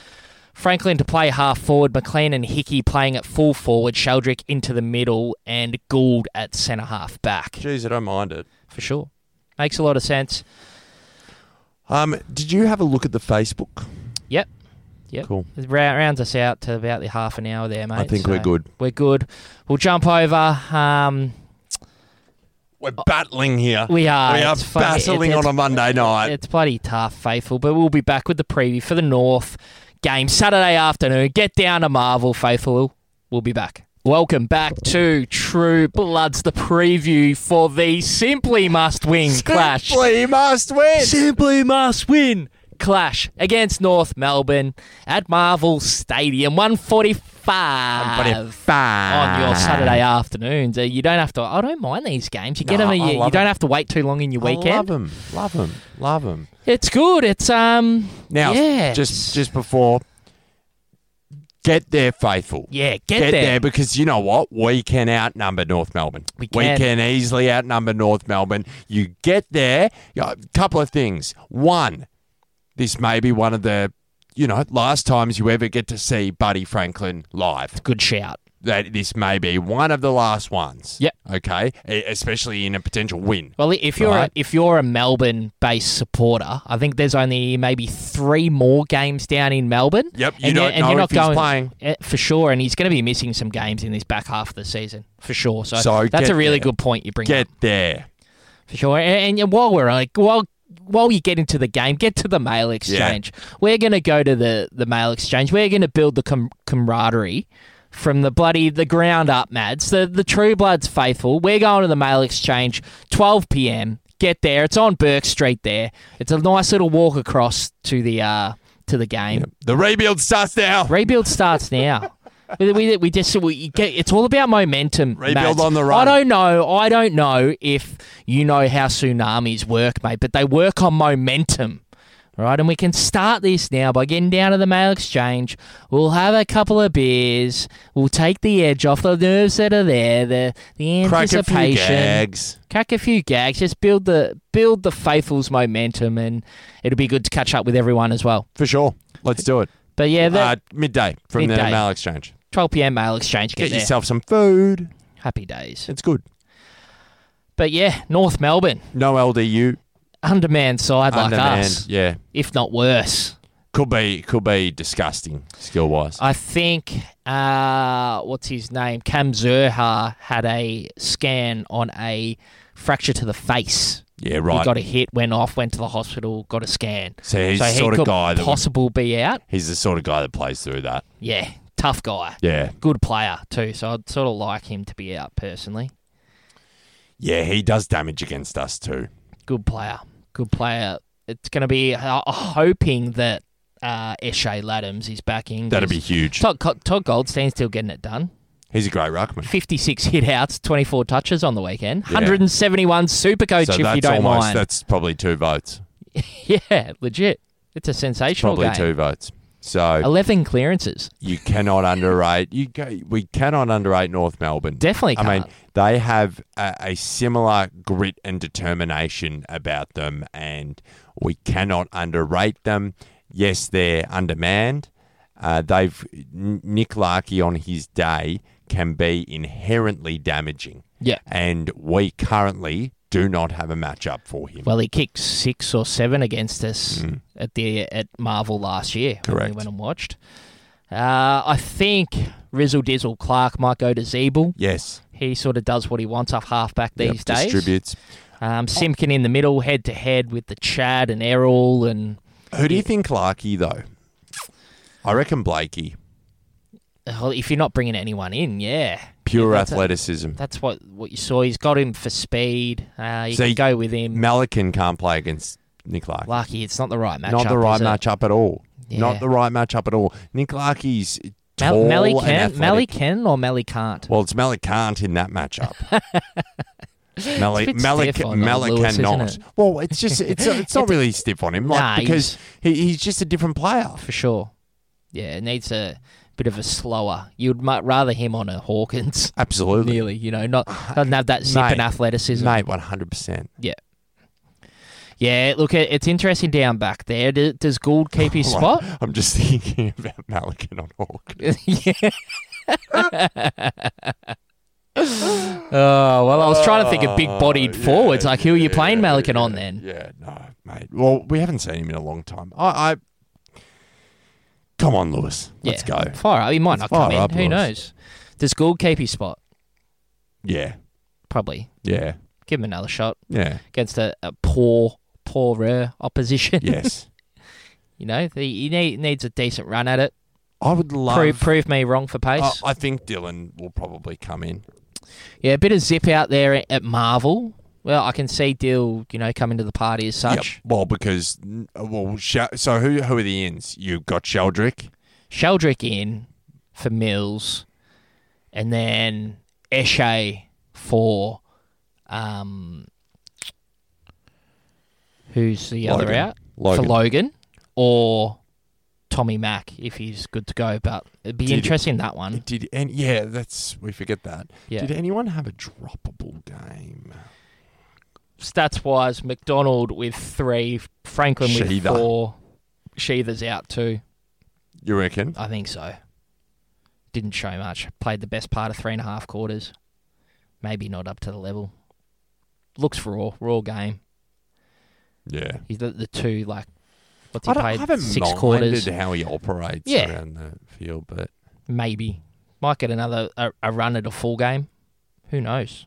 [SPEAKER 2] Franklin to play half forward. McLean and Hickey playing at full forward. Sheldrick into the middle, and Gould at centre half back.
[SPEAKER 1] Jeez, I don't mind it
[SPEAKER 2] for sure. Makes a lot of sense.
[SPEAKER 1] Um, did you have a look at the Facebook?
[SPEAKER 2] Yep. Yep.
[SPEAKER 1] Cool.
[SPEAKER 2] It rou- rounds us out to about the half an hour there, mate.
[SPEAKER 1] think we're good.
[SPEAKER 2] We're good. We'll jump over. Um,
[SPEAKER 1] We're battling here.
[SPEAKER 2] we are.
[SPEAKER 1] We are
[SPEAKER 2] It's fu-
[SPEAKER 1] battling
[SPEAKER 2] it- it's-
[SPEAKER 1] on a Monday night.
[SPEAKER 2] It's bloody tough, faithful. But we'll be back with the preview for the North game Saturday afternoon. Get down to Marvel, faithful. We'll, we'll be back. Welcome back to True Bloods, the preview for the Simply Must Win clash.
[SPEAKER 1] Simply must win.
[SPEAKER 2] Simply must win clash against North Melbourne at Marvel Stadium, 145.
[SPEAKER 1] 1:45.
[SPEAKER 2] On your Saturday afternoons. Uh, You don't have to, I don't mind these games. You get
[SPEAKER 1] No,
[SPEAKER 2] them,
[SPEAKER 1] I
[SPEAKER 2] you, you
[SPEAKER 1] love
[SPEAKER 2] don't
[SPEAKER 1] 'em.
[SPEAKER 2] have to wait too long in your
[SPEAKER 1] I
[SPEAKER 2] weekend.
[SPEAKER 1] love them. Love them. Love them.
[SPEAKER 2] It's good. It's um
[SPEAKER 1] Now,
[SPEAKER 2] yeah.
[SPEAKER 1] just just before, get there, faithful.
[SPEAKER 2] Yeah, get there.
[SPEAKER 1] because you know what? We can outnumber North Melbourne. We
[SPEAKER 2] can.
[SPEAKER 1] easily outnumber North Melbourne. You get there. you know, A couple of things. One, this may be one of the you know last times you ever get to see Buddy Franklin live.
[SPEAKER 2] Good shout.
[SPEAKER 1] That this may be one of the last ones.
[SPEAKER 2] Yep.
[SPEAKER 1] Okay. E- Especially in a potential win.
[SPEAKER 2] well, if you're
[SPEAKER 1] Right.
[SPEAKER 2] a, if you're a Melbourne-based supporter, I think there's only maybe three more games down in Melbourne.
[SPEAKER 1] Yep, you don't know if he's playing.
[SPEAKER 2] eh, for sure, and he's going to be missing some games in this back half of the season for sure. So,
[SPEAKER 1] So
[SPEAKER 2] that's
[SPEAKER 1] get
[SPEAKER 2] a really
[SPEAKER 1] there.
[SPEAKER 2] good point you bring
[SPEAKER 1] Get
[SPEAKER 2] up
[SPEAKER 1] there.
[SPEAKER 2] for sure. And, and while we're on, it, while while you get into the game, get to the mail exchange. We're going to go to the the mail exchange. We're going to build the com- camaraderie from the bloody the ground up mads the the true bloods faithful we're going to the mail exchange 12 p.m get there it's on burke street there it's a nice little walk across to the uh to the game
[SPEAKER 1] the rebuild starts now
[SPEAKER 2] rebuild starts now *laughs* we, we, we just we you get it's all about momentum
[SPEAKER 1] Rebuild
[SPEAKER 2] Mads.
[SPEAKER 1] on the run.
[SPEAKER 2] i don't know i don't know if you know how tsunamis work mate but they work on momentum Right, and we can start this now by getting down to the mail exchange. We'll have a couple of beers. We'll take the edge off the nerves that are there. The the
[SPEAKER 1] Crack a
[SPEAKER 2] anticipation.
[SPEAKER 1] few gags.
[SPEAKER 2] Crack a few gags. Just build the build the faithfuls momentum, and it'll be good to catch up with everyone as well.
[SPEAKER 1] For sure, let's do it.
[SPEAKER 2] But yeah, that,
[SPEAKER 1] uh, midday from
[SPEAKER 2] Midday.
[SPEAKER 1] the mail exchange.
[SPEAKER 2] 12 p.m. mail exchange. Get,
[SPEAKER 1] Get
[SPEAKER 2] there.
[SPEAKER 1] yourself some food.
[SPEAKER 2] Happy days.
[SPEAKER 1] It's good.
[SPEAKER 2] But yeah, North Melbourne,
[SPEAKER 1] No LDU.
[SPEAKER 2] undermanned side like
[SPEAKER 1] Undermanned,
[SPEAKER 2] us.
[SPEAKER 1] yeah.
[SPEAKER 2] if not worse.
[SPEAKER 1] Could be could be disgusting skill wise.
[SPEAKER 2] I think uh, what's his name, Cam Zerha, had a scan on a fracture to the face.
[SPEAKER 1] Yeah, right.
[SPEAKER 2] He got a hit, went off, went to the hospital, got a scan.
[SPEAKER 1] So he's the
[SPEAKER 2] he
[SPEAKER 1] sort of
[SPEAKER 2] could
[SPEAKER 1] guy that would-
[SPEAKER 2] possible be out.
[SPEAKER 1] He's the sort of guy that plays through that.
[SPEAKER 2] Yeah, tough guy.
[SPEAKER 1] Yeah.
[SPEAKER 2] good player too. So I'd sort of like him to be out personally.
[SPEAKER 1] Yeah, he does damage against us too.
[SPEAKER 2] Good player. Good player. It's going to be uh, hoping that uh, Eshe Laddams is back in.
[SPEAKER 1] That'd
[SPEAKER 2] 'cause
[SPEAKER 1] be huge.
[SPEAKER 2] Todd, Todd Goldstein's still getting it done.
[SPEAKER 1] He's a great ruckman.
[SPEAKER 2] *laughs* 56 hit outs, 24 touches on the weekend.
[SPEAKER 1] Yeah.
[SPEAKER 2] 171 super coach
[SPEAKER 1] so
[SPEAKER 2] if
[SPEAKER 1] that's
[SPEAKER 2] you don't
[SPEAKER 1] almost
[SPEAKER 2] mind.
[SPEAKER 1] that's probably two votes.
[SPEAKER 2] *laughs* Yeah, legit. It's a sensational
[SPEAKER 1] Probably two
[SPEAKER 2] game.
[SPEAKER 1] votes. So
[SPEAKER 2] 11 clearances.
[SPEAKER 1] you cannot underrate you go, we cannot underrate North Melbourne.
[SPEAKER 2] Definitely
[SPEAKER 1] I mean,
[SPEAKER 2] can't.
[SPEAKER 1] they have a, a similar grit and determination about them and we cannot underrate them. Yes, they're undermanned. Uh, they've N- Nick Larkey on his day can be inherently damaging.
[SPEAKER 2] Yeah.
[SPEAKER 1] And we currently do not have a matchup for him.
[SPEAKER 2] Well, he kicked six or seven against us at the at Marvel last year. When
[SPEAKER 1] Mm.
[SPEAKER 2] we
[SPEAKER 1] Correct.
[SPEAKER 2] went and watched. Uh, I think Rizzle Dizzle Clark might go to Zeeble.
[SPEAKER 1] Yes.
[SPEAKER 2] He sort of does what he wants off halfback
[SPEAKER 1] Yep,
[SPEAKER 2] these days.
[SPEAKER 1] Distributes.
[SPEAKER 2] Um, Simkin in the middle, head to head with the Chad and Errol, and
[SPEAKER 1] Who do you think Larkey though? I reckon Blakey.
[SPEAKER 2] Well, Oh, if you're not bringing anyone in, yeah,
[SPEAKER 1] Pure
[SPEAKER 2] Yeah, that's a-
[SPEAKER 1] athleticism.
[SPEAKER 2] that's what what you saw. He's got him for speed. Uh, you
[SPEAKER 1] So
[SPEAKER 2] can
[SPEAKER 1] you-
[SPEAKER 2] go with him.
[SPEAKER 1] Malikan can't play against Nick Larkey.
[SPEAKER 2] Lucky, it's not the right matchup.
[SPEAKER 1] Not the
[SPEAKER 2] is
[SPEAKER 1] right
[SPEAKER 2] it?
[SPEAKER 1] matchup at all.
[SPEAKER 2] Yeah.
[SPEAKER 1] Not the right matchup at all. Nick Larkey's
[SPEAKER 2] Mal-
[SPEAKER 1] tall
[SPEAKER 2] Mally
[SPEAKER 1] and
[SPEAKER 2] can,
[SPEAKER 1] athletic.
[SPEAKER 2] Mally can or Mally can't.
[SPEAKER 1] Well, it's Malikant in that matchup.
[SPEAKER 2] *laughs*
[SPEAKER 1] Malik,
[SPEAKER 2] bit
[SPEAKER 1] Malik,
[SPEAKER 2] stiff on, uh,
[SPEAKER 1] Malik
[SPEAKER 2] Lewis, isn't
[SPEAKER 1] cannot.
[SPEAKER 2] it?
[SPEAKER 1] Well, it's
[SPEAKER 2] *laughs*
[SPEAKER 1] just it's it's not really stiff on him, like
[SPEAKER 2] Nah,
[SPEAKER 1] because *laughs*
[SPEAKER 2] he's-
[SPEAKER 1] he, he's just a different player
[SPEAKER 2] for sure. Yeah, it needs a bit of a slower. You'd mu rather him on a Hawkins.
[SPEAKER 1] Absolutely.
[SPEAKER 2] Nearly, you know, not doesn't have that zip and athleticism.
[SPEAKER 1] Mate, 100%.
[SPEAKER 2] Yeah. Yeah, look, it- it's interesting down back there. Do- Does Gould
[SPEAKER 1] *laughs*
[SPEAKER 2] keep his spot?
[SPEAKER 1] I'm just
[SPEAKER 2] *laughs*
[SPEAKER 1] thinking about Malikan on Hawkins.
[SPEAKER 2] oh, well, I was trying to think of big bodied
[SPEAKER 1] Oh, *laughs*
[SPEAKER 2] forwards.
[SPEAKER 1] yeah,
[SPEAKER 2] Like, who are you
[SPEAKER 1] yeah,
[SPEAKER 2] playing
[SPEAKER 1] yeah,
[SPEAKER 2] Malikan
[SPEAKER 1] yeah,
[SPEAKER 2] on then?
[SPEAKER 1] Yeah, no, mate. Well, we haven't seen him in a long time. I, I come on, Lewis. Let's
[SPEAKER 2] yeah.
[SPEAKER 1] go.
[SPEAKER 2] Fire up. He might
[SPEAKER 1] Let's
[SPEAKER 2] not come
[SPEAKER 1] fire
[SPEAKER 2] in.
[SPEAKER 1] up,
[SPEAKER 2] who
[SPEAKER 1] Lewis.
[SPEAKER 2] knows? Does Gould keep his spot?
[SPEAKER 1] Yeah,
[SPEAKER 2] Probably.
[SPEAKER 1] yeah.
[SPEAKER 2] Give him another shot.
[SPEAKER 1] Yeah.
[SPEAKER 2] Against a, a poor, poor, rare opposition. *laughs*
[SPEAKER 1] Yes.
[SPEAKER 2] you know, the, he need, needs a decent run at it.
[SPEAKER 1] I would love.
[SPEAKER 2] Prove, prove me wrong for pace.
[SPEAKER 1] I, I think Dylan will probably come in.
[SPEAKER 2] Yeah, a bit of zip out there at Marvel. Well, I can see Dill, you know, coming to the party as such.
[SPEAKER 1] Well, because well, Sha- so who who are the ins? You've got Sheldrick.
[SPEAKER 2] Sheldrick in for Mills, and then Eshe for um, who's the other
[SPEAKER 1] Logan.
[SPEAKER 2] out
[SPEAKER 1] Logan.
[SPEAKER 2] for Logan or Tommy Mack if he's good to go. But it'd be
[SPEAKER 1] Did-
[SPEAKER 2] interesting that one.
[SPEAKER 1] Did and yeah, that's we forget that.
[SPEAKER 2] Yeah.
[SPEAKER 1] Did anyone have a droppable game?
[SPEAKER 2] Stats wise, McDonald with three, Franklin with
[SPEAKER 1] Sheather.
[SPEAKER 2] four, Sheathers out too.
[SPEAKER 1] You reckon?
[SPEAKER 2] I think so. Didn't show much. Played the best part of three and a half quarters. Maybe not up to the level. Looks raw, raw game.
[SPEAKER 1] Yeah.
[SPEAKER 2] He's the, the two like what's he
[SPEAKER 1] I, don't, I
[SPEAKER 2] played
[SPEAKER 1] haven't
[SPEAKER 2] six
[SPEAKER 1] minded
[SPEAKER 2] quarters.
[SPEAKER 1] how he operates
[SPEAKER 2] Yeah.
[SPEAKER 1] around the field, but
[SPEAKER 2] Maybe might get another a, a run at a full game. Who knows?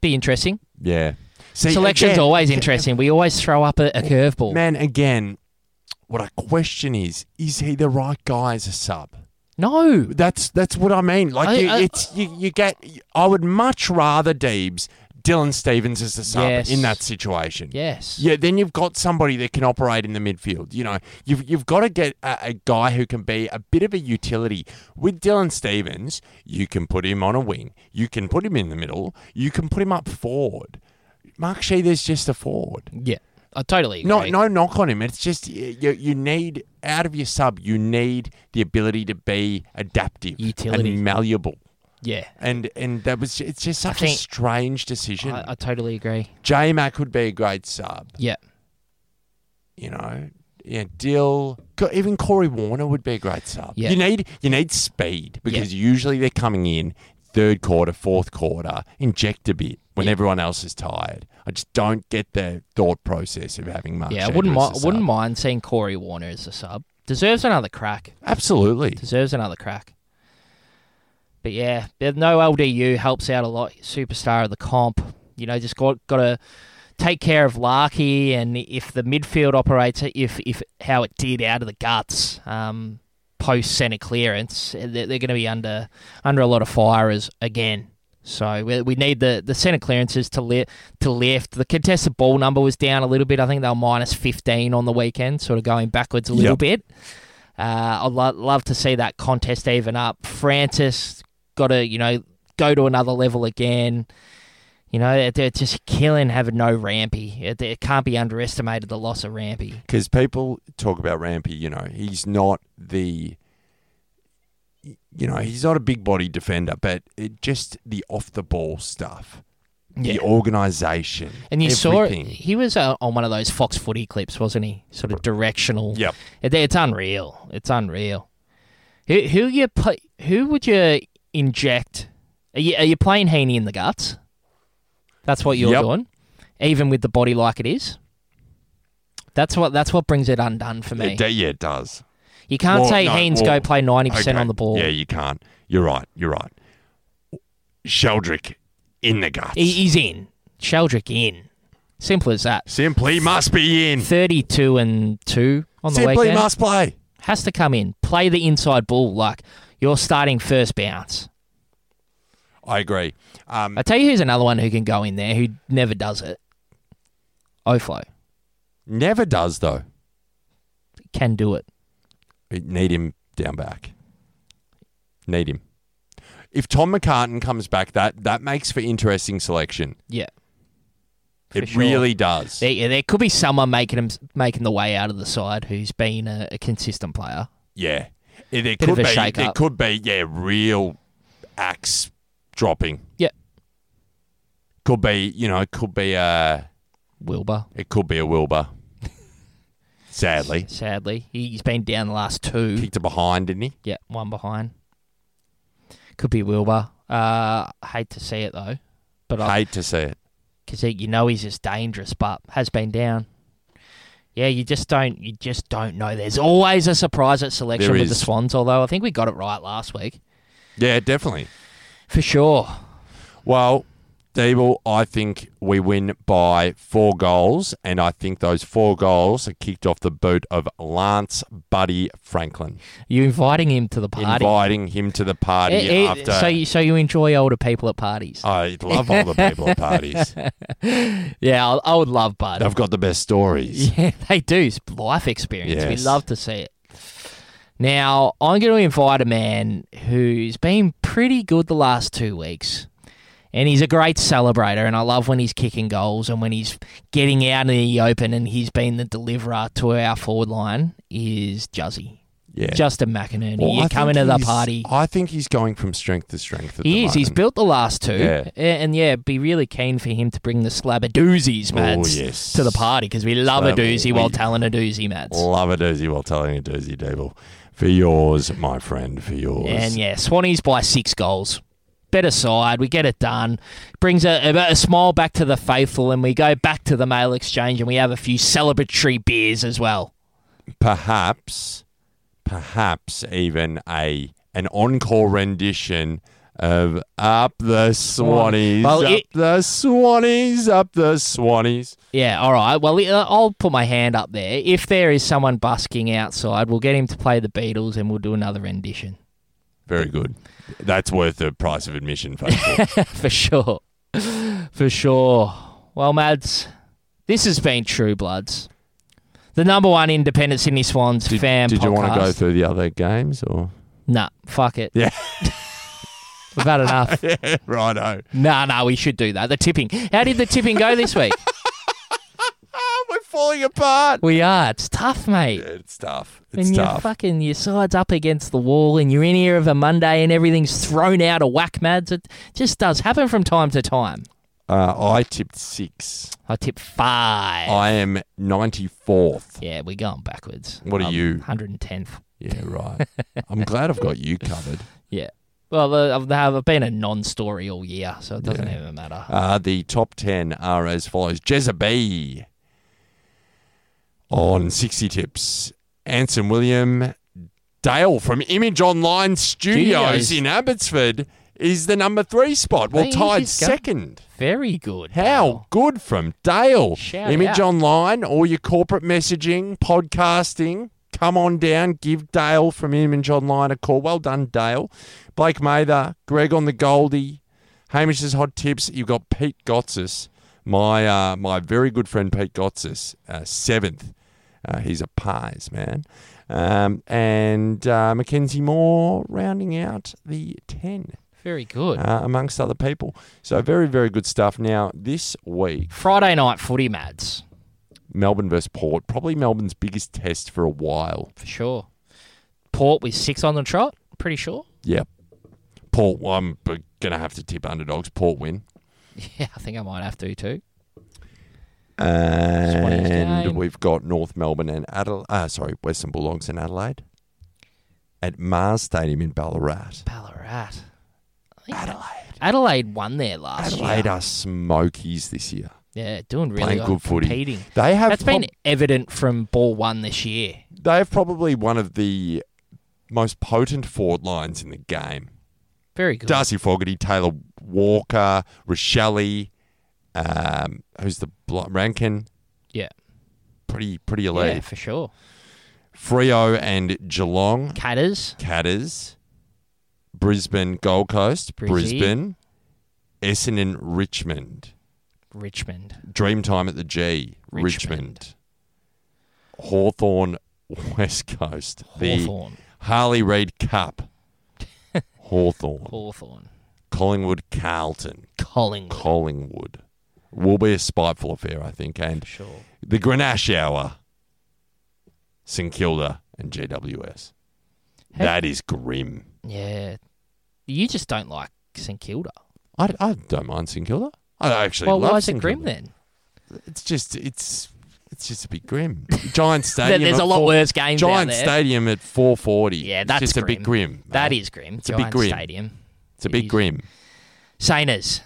[SPEAKER 2] Be interesting.
[SPEAKER 1] yeah. See,
[SPEAKER 2] Selection's
[SPEAKER 1] again- *laughs*
[SPEAKER 2] always interesting. We always throw up a, a curveball.
[SPEAKER 1] Man, again, what I question is: is he the right guy as a sub?
[SPEAKER 2] No,
[SPEAKER 1] that's that's what I mean. Like
[SPEAKER 2] I-
[SPEAKER 1] you,
[SPEAKER 2] I-
[SPEAKER 1] it's you, you get. I would much rather Deebs, Dylan Stevens as the sub
[SPEAKER 2] Yes.
[SPEAKER 1] in that situation.
[SPEAKER 2] Yes.
[SPEAKER 1] Yeah. Then you've got somebody that can operate in the midfield. You know, you've you've got to get a, a guy who can be a bit of a utility. With Dylan Stevens, you can put him on a wing. You can put him in the middle. You can put him up forward. Mark Sheether's just a forward.
[SPEAKER 2] Yeah, I totally agree.
[SPEAKER 1] No, no knock on him. It's just y- you, you need out of your sub. You need the ability to be adaptive,
[SPEAKER 2] Utility.
[SPEAKER 1] and malleable.
[SPEAKER 2] Yeah.
[SPEAKER 1] and and that was it's just such a
[SPEAKER 2] think-
[SPEAKER 1] strange decision.
[SPEAKER 2] I, I totally agree.
[SPEAKER 1] J Mac would be a great sub.
[SPEAKER 2] Yeah.
[SPEAKER 1] You know, yeah, Dill, Co- even Corey Warner would be a great sub.
[SPEAKER 2] Yeah.
[SPEAKER 1] You need you need speed because usually they're coming in third quarter, fourth quarter, inject a bit when everyone else is tired. I just don't get the thought process of having Mark.
[SPEAKER 2] yeah, I
[SPEAKER 1] Shader
[SPEAKER 2] wouldn't
[SPEAKER 1] as Ah, a
[SPEAKER 2] mind. Wouldn't mind seeing Corey Warner as a sub. Deserves another crack.
[SPEAKER 1] Absolutely.
[SPEAKER 2] Deserves another crack. But yeah, but no LDU helps out a lot. Superstar of the comp. You know, just got got to take care of Larky, and if the midfield operates, if if how it did out of the guts, um, post centre clearance, eh, they're, they're going to be under under a lot of firers again. So we, we need the, the centre clearances to li- to lift. The contested ball number was down a little bit. I think they were minus 15 on the weekend, sort of going backwards a little
[SPEAKER 3] Yep.
[SPEAKER 2] bit. Uh, I'd lo- love to see that contest even up. Francis got to, you know, go to another level again. You know, they're- they're just killing having no Rampy. It, it can't be underestimated, the loss of Rampy.
[SPEAKER 1] because people talk about Rampy. You know, he's not the, you know, he's not a big body defender, but it just the off the ball stuff,
[SPEAKER 2] Yeah.
[SPEAKER 1] the organisation,
[SPEAKER 2] And you saw
[SPEAKER 1] everything.
[SPEAKER 2] he was uh, on one of those Fox Footy clips, wasn't he? Sort of directional.
[SPEAKER 1] Yep.
[SPEAKER 2] It, it's unreal. It's unreal. Who who you play, Who would you inject? Are you, are you playing Heaney in the guts? That's what you're
[SPEAKER 1] Yep.
[SPEAKER 2] doing, even with the body like it is. That's what that's what brings it undone for me.
[SPEAKER 1] It, d- yeah, it does.
[SPEAKER 2] You can't say Haynes go play 90%
[SPEAKER 1] okay.
[SPEAKER 2] on the ball.
[SPEAKER 1] Yeah, you can't. You're right. You're right. Sheldrick in the guts.
[SPEAKER 2] He, he's in. Sheldrick in. Simple as that.
[SPEAKER 1] Simply must be in.
[SPEAKER 2] Thirty-two and two on the
[SPEAKER 1] Simply
[SPEAKER 2] weekend.
[SPEAKER 1] must play.
[SPEAKER 2] Has to come in. Play the inside ball like you're starting first bounce.
[SPEAKER 1] I agree. Um,
[SPEAKER 2] I tell you, who's another one who can go in there who never does it. Oflo
[SPEAKER 1] never does though.
[SPEAKER 2] can do it.
[SPEAKER 1] We Need him down back. Need him. If Tom McCartan comes back, that that makes for interesting selection.
[SPEAKER 2] Yeah. For
[SPEAKER 1] It
[SPEAKER 2] sure.
[SPEAKER 1] really does.
[SPEAKER 2] There, yeah, there could be someone making him making the way out of the side who's been a, a consistent player.
[SPEAKER 1] yeah, it, it
[SPEAKER 2] Bit
[SPEAKER 1] could
[SPEAKER 2] of a
[SPEAKER 1] be.
[SPEAKER 2] shake
[SPEAKER 1] It
[SPEAKER 2] up.
[SPEAKER 1] could be. Yeah, real axe dropping.
[SPEAKER 2] Yep.
[SPEAKER 1] Could be. You know, it could be a
[SPEAKER 2] Wilbur.
[SPEAKER 1] It could be a
[SPEAKER 2] *laughs*
[SPEAKER 1] Wilbur. Sadly,
[SPEAKER 2] Sadly, he's been down the last two.
[SPEAKER 1] Kicked it behind, didn't he?
[SPEAKER 2] Yeah, one behind. Could be Wilbur. Uh, hate to see it though, but I
[SPEAKER 1] hate to see it
[SPEAKER 2] because you know he's just dangerous, but has been down. Yeah, you just don't. You just don't know. There's always a surprise at selection
[SPEAKER 1] There
[SPEAKER 2] with the
[SPEAKER 1] is.
[SPEAKER 2] Swans. Although I think we got it right last week.
[SPEAKER 1] Yeah, definitely.
[SPEAKER 2] For sure.
[SPEAKER 1] Well, Deeble, I think we win by four goals, and I think those four goals are kicked off the boot of Lance Buddy Franklin.
[SPEAKER 2] You inviting him to the party?
[SPEAKER 1] Inviting him to the party
[SPEAKER 2] Eh, eh,
[SPEAKER 1] after.
[SPEAKER 2] So you so you enjoy older people at parties.
[SPEAKER 1] I love older people at parties.
[SPEAKER 2] *laughs* yeah, I, I would love Bud.
[SPEAKER 1] They've got the best stories.
[SPEAKER 2] *laughs* Yeah, they do. It's life experience. We
[SPEAKER 1] Yes.
[SPEAKER 2] love to see it. Now, I'm going to invite a man who's been pretty good the last two weeks. And he's a great celebrator, and I love when he's kicking goals and when he's getting out in the open and he's been the deliverer to our forward line is Juzzy.
[SPEAKER 1] Yeah.
[SPEAKER 2] Justin McInerney.
[SPEAKER 1] Well, I
[SPEAKER 2] You're
[SPEAKER 1] think
[SPEAKER 2] coming to the
[SPEAKER 1] he's-
[SPEAKER 2] party.
[SPEAKER 1] I think he's going from strength to strength. At
[SPEAKER 2] He
[SPEAKER 1] the
[SPEAKER 2] is. He's
[SPEAKER 1] moment.
[SPEAKER 2] built the last two.
[SPEAKER 1] Yeah.
[SPEAKER 2] A- And yeah, be really keen for him to bring the slab of doozies,
[SPEAKER 1] Oh,
[SPEAKER 2] Mads,
[SPEAKER 1] yes.
[SPEAKER 2] to the party because we love
[SPEAKER 1] Slab-
[SPEAKER 2] a doozy while
[SPEAKER 1] we- Oh,
[SPEAKER 2] telling a doozy, Mads.
[SPEAKER 1] Love a doozy while telling a doozy, Deeble. For yours, my friend, for yours.
[SPEAKER 2] And yeah, Swannies by six goals. Better side. We get it done. Brings a, a, a smile back to the faithful, and we go back to the mail exchange and we have a few celebratory beers as well.
[SPEAKER 1] perhaps, perhaps even a an encore rendition of "Up the Swannies,
[SPEAKER 2] Well,
[SPEAKER 1] Up
[SPEAKER 2] it-
[SPEAKER 1] the Swannies, Up the Swannies."
[SPEAKER 2] Yeah, all right. Well, uh, I'll put my hand up there. If there is someone busking outside, we'll get him to play the Beatles and we'll do another rendition.
[SPEAKER 1] Very good. That's worth the price of admission,
[SPEAKER 2] *laughs*
[SPEAKER 1] faithful.
[SPEAKER 2] For sure. For sure. Well, Mads, this has been True Bloods. The number one independent Sydney Swans fan
[SPEAKER 1] Did you want to go
[SPEAKER 2] podcast.
[SPEAKER 1] through the other games or?
[SPEAKER 2] Nah, fuck it.
[SPEAKER 1] Yeah.
[SPEAKER 2] We've had
[SPEAKER 1] *laughs*
[SPEAKER 2] enough.
[SPEAKER 1] yeah, righto.
[SPEAKER 2] Nah, nah, we should do that. The tipping. How did the tipping go this week?
[SPEAKER 1] *laughs* We're falling apart.
[SPEAKER 2] We are. It's tough, mate.
[SPEAKER 1] it's tough.
[SPEAKER 2] when
[SPEAKER 1] It's
[SPEAKER 2] Your
[SPEAKER 1] tough.
[SPEAKER 2] fucking your side's up against the wall, and you're in here of a Monday, and everything's thrown out of whack, Mads. It just does happen from time to time.
[SPEAKER 1] *laughs* Uh, I tipped six.
[SPEAKER 2] I tipped five.
[SPEAKER 1] I am ninety fourth.
[SPEAKER 2] Yeah, we're going backwards. Um,
[SPEAKER 1] What are
[SPEAKER 2] I'm
[SPEAKER 1] you?
[SPEAKER 2] 110th.
[SPEAKER 1] Yeah, right. I'm glad I've got you covered.
[SPEAKER 2] Yeah. Well, uh, I've, I've been a non-story all year, so it doesn't
[SPEAKER 1] Yeah.
[SPEAKER 2] even matter.
[SPEAKER 1] Uh, the top 10 are as follows Jezebel on 60 tips, Anson William, Dale from Image Online Studios,
[SPEAKER 2] Studios.
[SPEAKER 1] in Abbotsford is the number three spot. Well,
[SPEAKER 2] Hey,
[SPEAKER 1] tied
[SPEAKER 2] he's going-
[SPEAKER 1] second.
[SPEAKER 2] Very good.
[SPEAKER 1] How good from Dale.
[SPEAKER 2] Shout
[SPEAKER 1] Image
[SPEAKER 2] out.
[SPEAKER 1] Online, all your corporate messaging, podcasting. Come on down, give Dale from Image Online a call. Well done, Dale. Blake Mather, Greg on the Goldie, Hamish's Hot Tips. You've got Pete Gotzis, my uh, my very good friend Pete Gotzis, uh, seventh. Uh, he's a pies man. Um, and uh, Mackenzie Moore rounding out the 10
[SPEAKER 2] Very good.
[SPEAKER 1] uh, amongst other people. So very, very good stuff. Now this week,
[SPEAKER 2] Friday night footy, Mads.
[SPEAKER 1] Melbourne versus Port, probably Melbourne's biggest test for a while.
[SPEAKER 2] For sure. Port with six on the trot, pretty sure. *laughs*
[SPEAKER 1] Yeah, Port. Well, I'm going to have to tip underdogs. Port win,
[SPEAKER 2] Yeah, I think I might have to too.
[SPEAKER 1] and
[SPEAKER 2] game.
[SPEAKER 1] we've got North Melbourne and Adelaide. Uh, sorry, Western Bulldogs in Adelaide at Mars Stadium in Ballarat.
[SPEAKER 2] Ballarat. Adelaide. Adelaide won there last
[SPEAKER 1] Adelaide
[SPEAKER 2] year.
[SPEAKER 1] are smokies this year.
[SPEAKER 2] Yeah, doing really
[SPEAKER 1] Playing
[SPEAKER 2] well,
[SPEAKER 1] good footy.
[SPEAKER 2] competing.
[SPEAKER 1] They have
[SPEAKER 2] That's been evident from ball one this year.
[SPEAKER 1] They have probably one of the most potent forward lines in the game.
[SPEAKER 2] Very good.
[SPEAKER 1] Darcy Fogarty, Taylor Walker, Rochelle, um, who's the blo- Rankin.
[SPEAKER 2] Yeah.
[SPEAKER 1] Pretty pretty elite.
[SPEAKER 2] yeah, for sure.
[SPEAKER 1] Frio and Geelong.
[SPEAKER 2] Catters.
[SPEAKER 1] Catters. Brisbane, Gold Coast.
[SPEAKER 2] Brizzy.
[SPEAKER 1] Brisbane. Essendon, Richmond.
[SPEAKER 2] Richmond.
[SPEAKER 1] Dreamtime at the G. Richmond. Hawthorn, West Coast.
[SPEAKER 2] Hawthorn.
[SPEAKER 1] The Harley Reid
[SPEAKER 2] *laughs*
[SPEAKER 1] Cup. Hawthorn.
[SPEAKER 2] Hawthorn.
[SPEAKER 1] Collingwood, Carlton.
[SPEAKER 2] Collingwood.
[SPEAKER 1] Collingwood. Will be a spiteful affair, I think. And
[SPEAKER 2] sure.
[SPEAKER 1] the Grenache Hour, St Kilda, and GWS. That is grim.
[SPEAKER 2] Yeah. You just don't like St Kilda.
[SPEAKER 1] I, I don't mind St Kilda. I actually
[SPEAKER 2] well,
[SPEAKER 1] love
[SPEAKER 2] why is it
[SPEAKER 1] St.
[SPEAKER 2] grim
[SPEAKER 1] Kilda.
[SPEAKER 2] then?
[SPEAKER 1] It's just it's it's just a bit grim. Giant
[SPEAKER 2] *laughs* There-
[SPEAKER 1] Stadium.
[SPEAKER 2] there's
[SPEAKER 1] at
[SPEAKER 2] a lot
[SPEAKER 1] four-
[SPEAKER 2] worse games out
[SPEAKER 1] Giant
[SPEAKER 2] there.
[SPEAKER 1] Stadium at four forty.
[SPEAKER 2] Yeah, that's
[SPEAKER 1] just a
[SPEAKER 2] grim.
[SPEAKER 1] bit grim.
[SPEAKER 2] That
[SPEAKER 1] mate.
[SPEAKER 2] is grim.
[SPEAKER 1] It's a bit
[SPEAKER 2] Giant
[SPEAKER 1] grim.
[SPEAKER 2] Stadium.
[SPEAKER 1] It's a bit grim.
[SPEAKER 2] Sainers.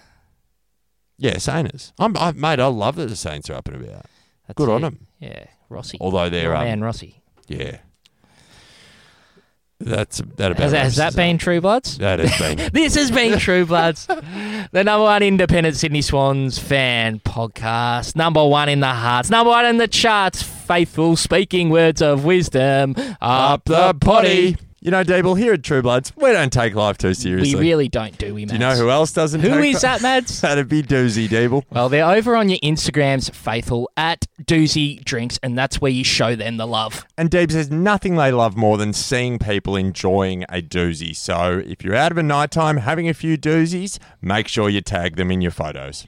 [SPEAKER 1] Yeah, Saints. I'm I, mate. I love that the Saints are up and about. Good on
[SPEAKER 2] it.
[SPEAKER 1] them.
[SPEAKER 2] Yeah, Rossi.
[SPEAKER 1] Although they're
[SPEAKER 2] My
[SPEAKER 1] um,
[SPEAKER 2] man Rossi.
[SPEAKER 1] Yeah. That's that about.
[SPEAKER 2] Has, that-
[SPEAKER 1] wraps
[SPEAKER 2] has that
[SPEAKER 1] us up.
[SPEAKER 2] been True Bloods?
[SPEAKER 1] That has been.
[SPEAKER 2] *laughs* this has been
[SPEAKER 1] *laughs*
[SPEAKER 2] True Bloods, the number one independent Sydney Swans fan podcast, number one in the hearts, number one in the charts. Faithful speaking words of wisdom up the potty.
[SPEAKER 1] You know, Dable, here at True Bloods, we don't take life too seriously.
[SPEAKER 2] We really don't, do we,
[SPEAKER 1] Do
[SPEAKER 2] Mads?
[SPEAKER 1] you know who else doesn't?
[SPEAKER 2] Who
[SPEAKER 1] take
[SPEAKER 2] is that,
[SPEAKER 1] *laughs*
[SPEAKER 2] Mads?
[SPEAKER 1] That'd be Doozy Dable.
[SPEAKER 2] Well, they're over on your Instagrams, faithful at Doozy Drinks, and that's where you show them the love.
[SPEAKER 1] And Deeb says nothing they love more than seeing people enjoying a doozy. So if you're out of a nighttime having a few doozies, make sure you tag them in your photos.